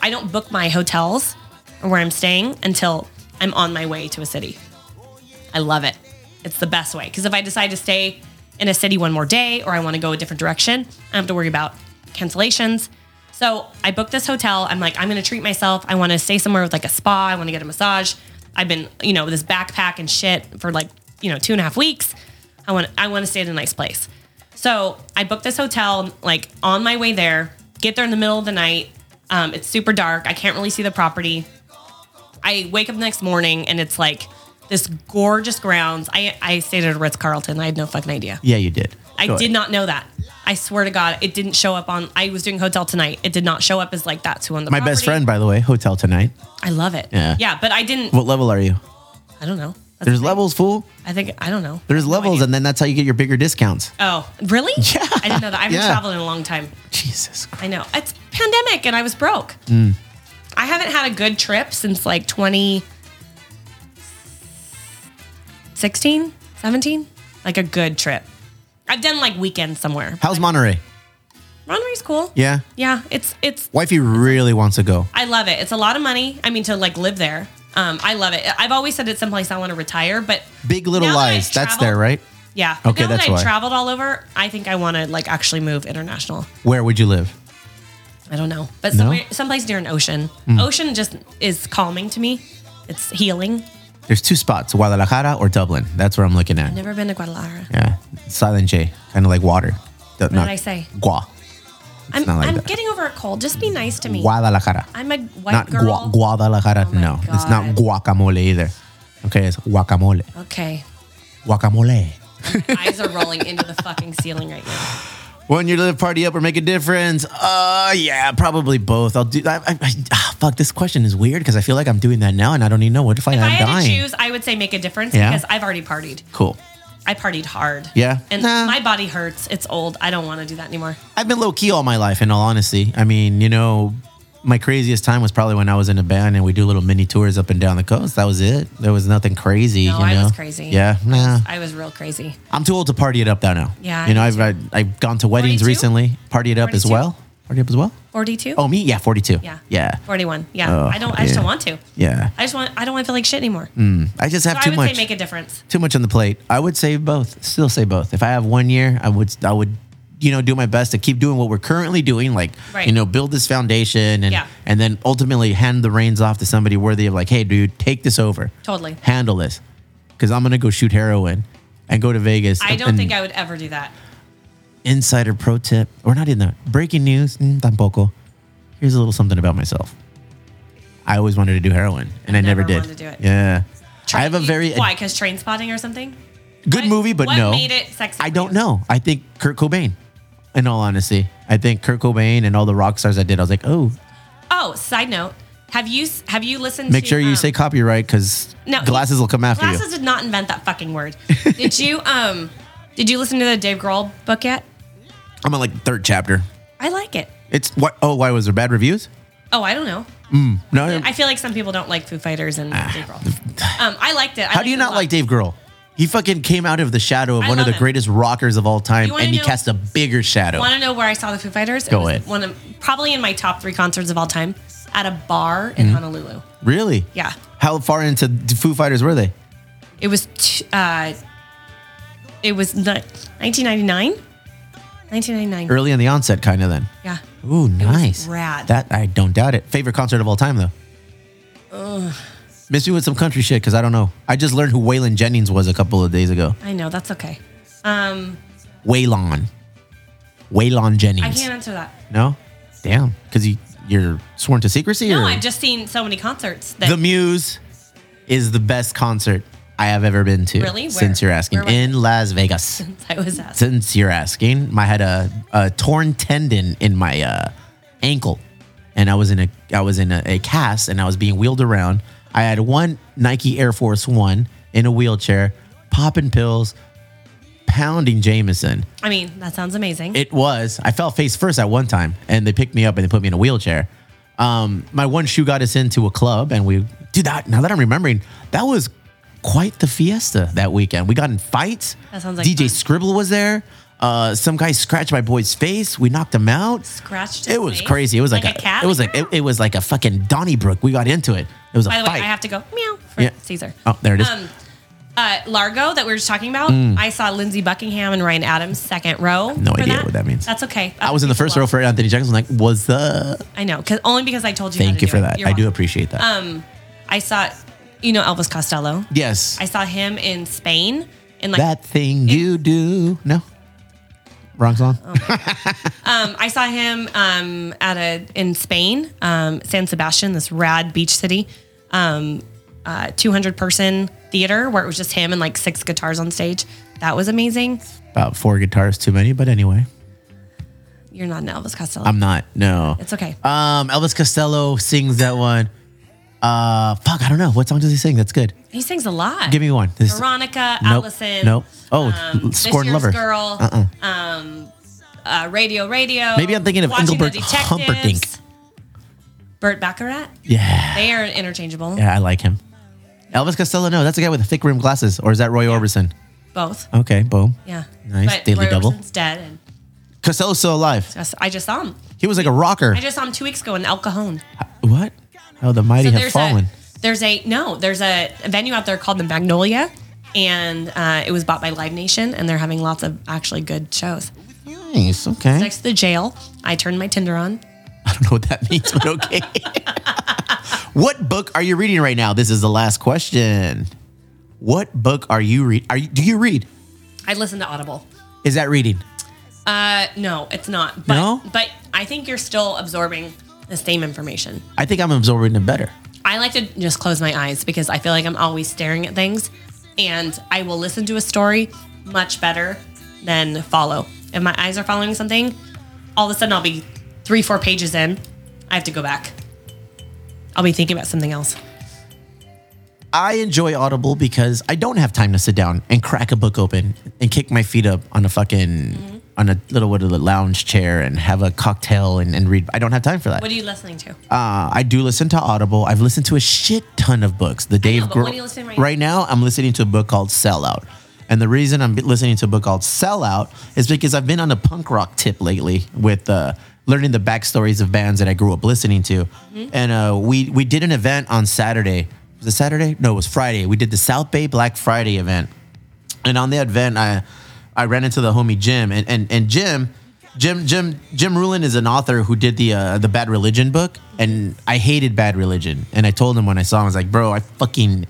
I don't book my hotels or where I'm staying until I'm on my way to a city. I love it. It's the best way because if I decide to stay in a city one more day or I want to go a different direction, I don't have to worry about cancellations. So I booked this hotel. I'm like, I'm going to treat myself. I want to stay somewhere with like a spa. I want to get a massage. I've been, you know, with this backpack and shit for like, you know, two and a half weeks. I want, I want to stay at a nice place. So I booked this hotel. Like on my way there, get there in the middle of the night. Um, it's super dark. I can't really see the property. I wake up the next morning and it's like this gorgeous grounds. I, I stayed at a Ritz Carlton. I had no fucking idea. Yeah, you did. I Go did ahead. not know that. I swear to God, it didn't show up on. I was doing hotel tonight. It did not show up as like that's who on the. My best property. friend, by the way, hotel tonight. I love it. Yeah. Yeah, but I didn't. What level are you? I don't know. That's There's the thing. levels, fool. I think I don't know. There's No levels, idea. and then that's how you get your bigger discounts. oh, really? Yeah. I didn't know that. I haven't Yeah. traveled in a long time. Jesus. Christ. I know it's pandemic, and I was broke. Mm. I haven't had a good trip since like 2016, 17, like a good trip. I've done like weekends somewhere. How's Monterey? Monterey's cool. Yeah. Yeah, it's it's Wifey really wants to go. I love it. It's a lot of money. I mean, to like live there. Um, I love it. I've always said it's someplace I want to retire, but Big Little now that I've Lies. That's there, traveled- right? Yeah. But Okay, now that's that I've why. traveled all over, I think I want to like actually move international. Where would you live? I don't know, but No? Hmm. somewhere, someplace near an ocean. Ocean just is calming to me. It's healing. There's two spots, Guadalajara or Dublin. That's where I'm looking at. Never been to Guadalajara. Yeah. Silent J, kind of like water. What did I say? Gua. I'm, not like I'm that. getting over a cold. Just be nice to me. Guadalajara. I'm a white Not girl. Gua- Guadalajara. Oh my no, it's not guacamole either. Okay, it's guacamole. Okay. Guacamole. Eyes are rolling into the fucking ceiling right now. When you live party up or make a difference? Uh, yeah, probably both. I'll do. I, I, I, ah, fuck, this question is weird because I feel like I'm doing that now, and I don't even know what if I If am I had dying. to choose, I would say make a difference Yeah? because I've already partied. Cool. I partied hard. Yeah? And Nah. my body hurts. It's old. I don't want to do that anymore. I've been low key all my life, in all honesty. I mean, you know, my craziest time was probably when I was in a band and we do little mini tours up and down the coast. That was it. There was nothing crazy. No, you I know? was crazy. Yeah, nah. I was real crazy. I'm too old to party it up though now. Yeah, I you know, I've am I, I've gone to weddings 42? recently, party it up as 42? well. Party up as well. 42? Oh, me? Yeah, 42. yeah. yeah, 41. Yeah. Oh, I don't, I just yeah. don't want to. yeah. I just want, I don't want to feel like shit anymore. I just have so I too would much. say make a difference. too much on the plate. I would say both. Still say both. If I have one year, I would I would you know do my best to keep doing what we're currently doing, like Right. you know build this foundation and Yeah. and then ultimately hand the reins off to somebody worthy of like, hey, dude, take this over. Totally. handle this because I'm gonna go shoot heroin and go to Vegas. I don't and- think I would ever do that. insider pro tip or not in the breaking news. Mm, tampoco. Here's a little something about myself. I always wanted to do heroin, and I, never, never did. wanted to do it. Yeah. I have a very Why? Because train spotting or something? good What- movie, but what no. made it sexy I for don't you? know. I think Kurt Cobain. In all honesty, I think Kurt Cobain and all the rock stars I did, I was like, oh, Oh, side note. Have you have you listened make to sure you um, say copyright because No, glasses will come after Glasses you. did not invent that fucking word. did you um did you listen to the Dave Grohl book yet? I'm on like the third chapter. I like it. It's what? Oh, why was there bad reviews? Oh, I don't know. No. I feel like some people don't like Foo Fighters and Dave Grohl. Um, I liked it. I Ah, How do you not like Dave Grohl? He fucking came out of the shadow of I one of love the him. greatest rockers of all time, You wanna and he know- cast a bigger shadow. Want to know where I saw the Foo Fighters? It Go was ahead. One of probably in my top three concerts of all time at a bar Mm-hmm. in Honolulu. Really? Yeah. How far into the Foo Fighters were they? It was t- uh, it was ni- 1999. 1999. Early in the onset, kind of then. Yeah. Ooh, It was nice. rad. That I don't doubt it. Favorite concert of all time, though. Miss me with some country shit because I don't know. I just learned who Waylon Jennings was a couple of days ago. I know. That's okay. Um, Waylon. Waylon Jennings. I can't answer that. No? Damn. Because you, you're sworn to secrecy? No, or? I've just seen so many concerts. That, The Muse is the best concert I have ever been to. Really? Where? Since you're asking. Where am I- In Las Vegas. I was asked. since you're asking, I had a, a torn tendon in my uh, ankle, and I was in a I was in a, a cast, and I was being wheeled around. I had one Nike Air Force One in a wheelchair, popping pills, pounding Jameson. I mean, that sounds amazing. It was. I fell face first at one time, and they picked me up and they put me in a wheelchair. Um, my one shoe got us into a club, and we, dude, that, now that I'm remembering, that was quite the fiesta that weekend. We got in fights. That sounds like DJ fun. Scribble was there. Uh, some guy scratched my boy's face. We knocked him out. Scratched. his It was face. crazy. It was like, a, cat. It was like it, it was like a fucking Donnybrook. We got into it. It was a By the way, fight. I have to go meow for Yeah. Caesar. oh, there it is. Um, uh, Largo that we were just talking about. I saw Lindsey Buckingham and Ryan Adams second row. Mm. no for idea what that means. That's okay. I was in the first row for Anthony Jackson. Like, was the I know, because only because I told you. how thank to you do for it. that. You're I do welcome. Um, appreciate that. I saw, you know, Elvis Costello. yes, I saw him in Spain in like that thing you do. No, wrong song. Oh. um, I saw him um, at a in Spain, um, San Sebastian, this rad beach city, um, uh, 200 person theater where it was just him and like six guitars on stage. That was amazing. About four guitars too many, but anyway, You're not an Elvis Costello. I'm not. No, it's okay. Um, Elvis Costello sings that one. Uh, fuck, I don't know. What song does he sing? That's good. He sings a lot. Give me one. This is- Veronica, Nope. Allison. um, Nope. Oh, This Scorn Year's Lover. Uh-uh. Girl. Um, uh, radio, radio. Maybe I'm thinking of Watching the Engelbert Detectives, Humperdinck. Bert Baccarat. Yeah, They are interchangeable. yeah, I like him. Elvis Costello. No, that's the guy with the thick rimmed glasses, or is that Roy Orbison? Both. Okay, boom. Yeah. Nice. But Daily Roy double. Orbison's dead. And Costello's still alive. that's- I just saw him. He was like a rocker. I just saw him two weeks ago in El Cajon. what? How the mighty have fallen. a there's a no there's a venue out there called the Magnolia, and uh, it was bought by Live Nation, and they're having lots of actually good shows. Nice. Okay. Next to the jail, I turned my Tinder on. I don't know what that means, but okay. what book are you reading right now? This is the last question. What book are you read? Are you, do you read? I listened to Audible. Is that reading? Uh, no, it's not. But, No? but I think you're still absorbing the same information. I think I'm absorbing it better. I like to just close my eyes because I feel like I'm always staring at things, and I will listen to a story much better than follow. If my eyes are following something, all of a sudden I'll be three, four pages in. I have to go back. I'll be thinking about something else. I enjoy Audible because I don't have time to sit down and crack a book open and kick my feet up on a fucking on a little what a lounge chair and have a cocktail and, and read. I don't have time for that. What are you listening to? Uh, I do listen to Audible. I've listened to a shit ton of books. The Dave but Grohl- what are you listening right right now, I'm listening to a book called Sellout. And the reason I'm listening to a book called Sellout is because I've been on a punk rock tip lately with uh, learning the backstories of bands that I grew up listening to. Mm-hmm. And uh, we we did an event on Saturday. Was it Saturday? No, it was Friday. We did the South Bay Black Friday event. And on that event, I I ran into the homie Jim, and and, and Jim, Jim Jim Jim Rulin is an author who did the uh, the Bad Religion book, and I hated Bad Religion, and I told him when I saw him, I was like, bro, I fucking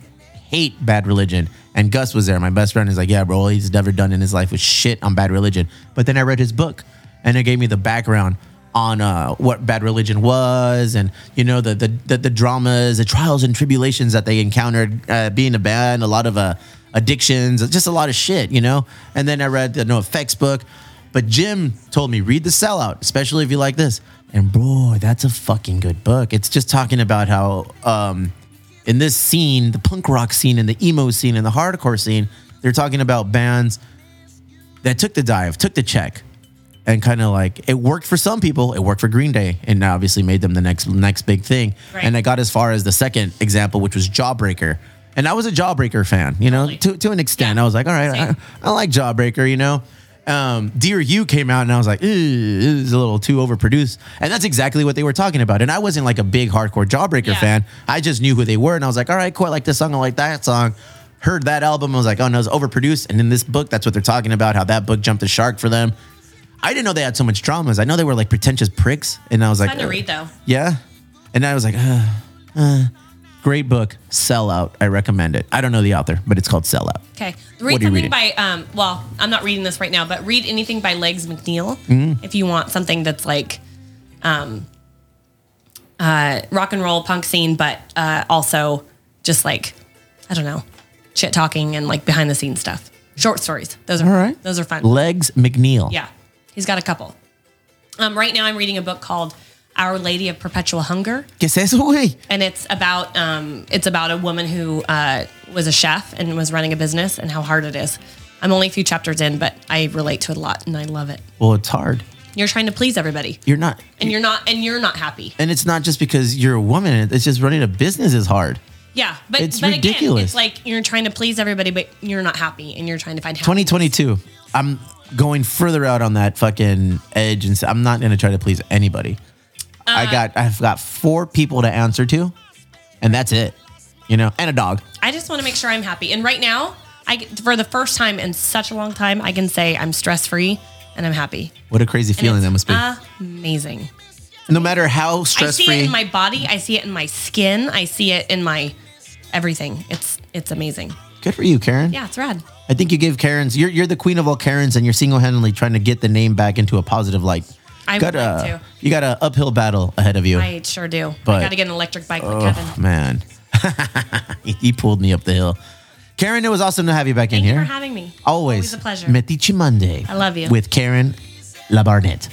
hate Bad Religion. And Gus was there, my best friend, is like, yeah, bro, all he's never done in his life was shit on Bad Religion. But then I read his book, and it gave me the background on uh, what bad religion was and you know the, the the the dramas the trials and tribulations that they encountered uh, being a band a lot of uh, addictions just a lot of shit you know and then i read the no effects book but jim told me read the sellout especially if you like this and boy that's a fucking good book it's just talking about how um in this scene the punk rock scene and the emo scene and the hardcore scene they're talking about bands that took the dive took the check and kind of like it worked for some people. It worked for Green Day, and obviously made them the next next big thing. Right. And I got as far as the second example, which was Jawbreaker, and I was a Jawbreaker fan, you know, to to an extent. Yeah. I was like, all right, I, Same. I like Jawbreaker, you know. Um, Dear You came out, and I was like, "Ew, this is a little too overproduced, and that's exactly what they were talking about. And I wasn't like a big hardcore Jawbreaker Yeah. fan. I just knew who they were, and I was like, all right, cool. I like this song. I like that song. heard that album, I was like, oh no, it's overproduced. And in this book, that's what they're talking about, how that book jumped the shark for them. I didn't know they had so much traumas. I know they were like pretentious pricks, and I was like, Fun to uh, read, though. yeah. And I was like, uh, uh, great book, Sellout. I recommend it. I don't know the author, but it's called Sellout. Okay. What Read are you something reading? by, um, well, I'm not reading this right now, but read anything by Legs McNeil Mm-hmm. if you want something that's like um, uh, rock and roll punk scene, but uh, also just like, I don't know, shit talking and like behind the scenes stuff. Short stories. Those are All right. Those are fun. Legs McNeil. Yeah, he's got a couple. Um, right now, I'm reading a book called Our Lady of Perpetual Hunger, ¿Qué es eso, güey? and it's about um, it's about a woman who uh, was a chef and was running a business and how hard it is. I'm only a few chapters in, but I relate to it a lot and I love it. Well, it's hard. You're trying to please everybody, You're not, and you're not, and you're not happy. and it's not just because you're a woman. It's just running a business is hard. Yeah, but It's but ridiculous. Again, it's like you're trying to please everybody, but you're not happy, and you're trying to find happiness. 2022. I'm going further out on that fucking edge, and s- I'm not gonna try to please anybody. Uh, I got, I've got four people to answer to, and that's it. You know, and a dog. I just want to make sure I'm happy. And right now, I for the first time in such a long time, I can say I'm stress free and I'm happy. What a crazy feeling that must be. Amazing. no matter how uh, I stress see it free. in my body. I see it in my skin. I see it in my everything. It's it's amazing. Good for you, Karen. Yeah, it's rad. I think you gave Karens. You're you're the queen of all Karens, and you're single handedly trying to get the name back into a positive light. I got would a, like to. You got an uphill battle ahead of you. I sure do. But- I gotta get an electric bike like Kevin. oh man, he, he pulled me up the hill. Karen, it was awesome to have you back in Thank you here. for having me. Always, a pleasure. Metiche Monday. I love you. With Karen La Barnett.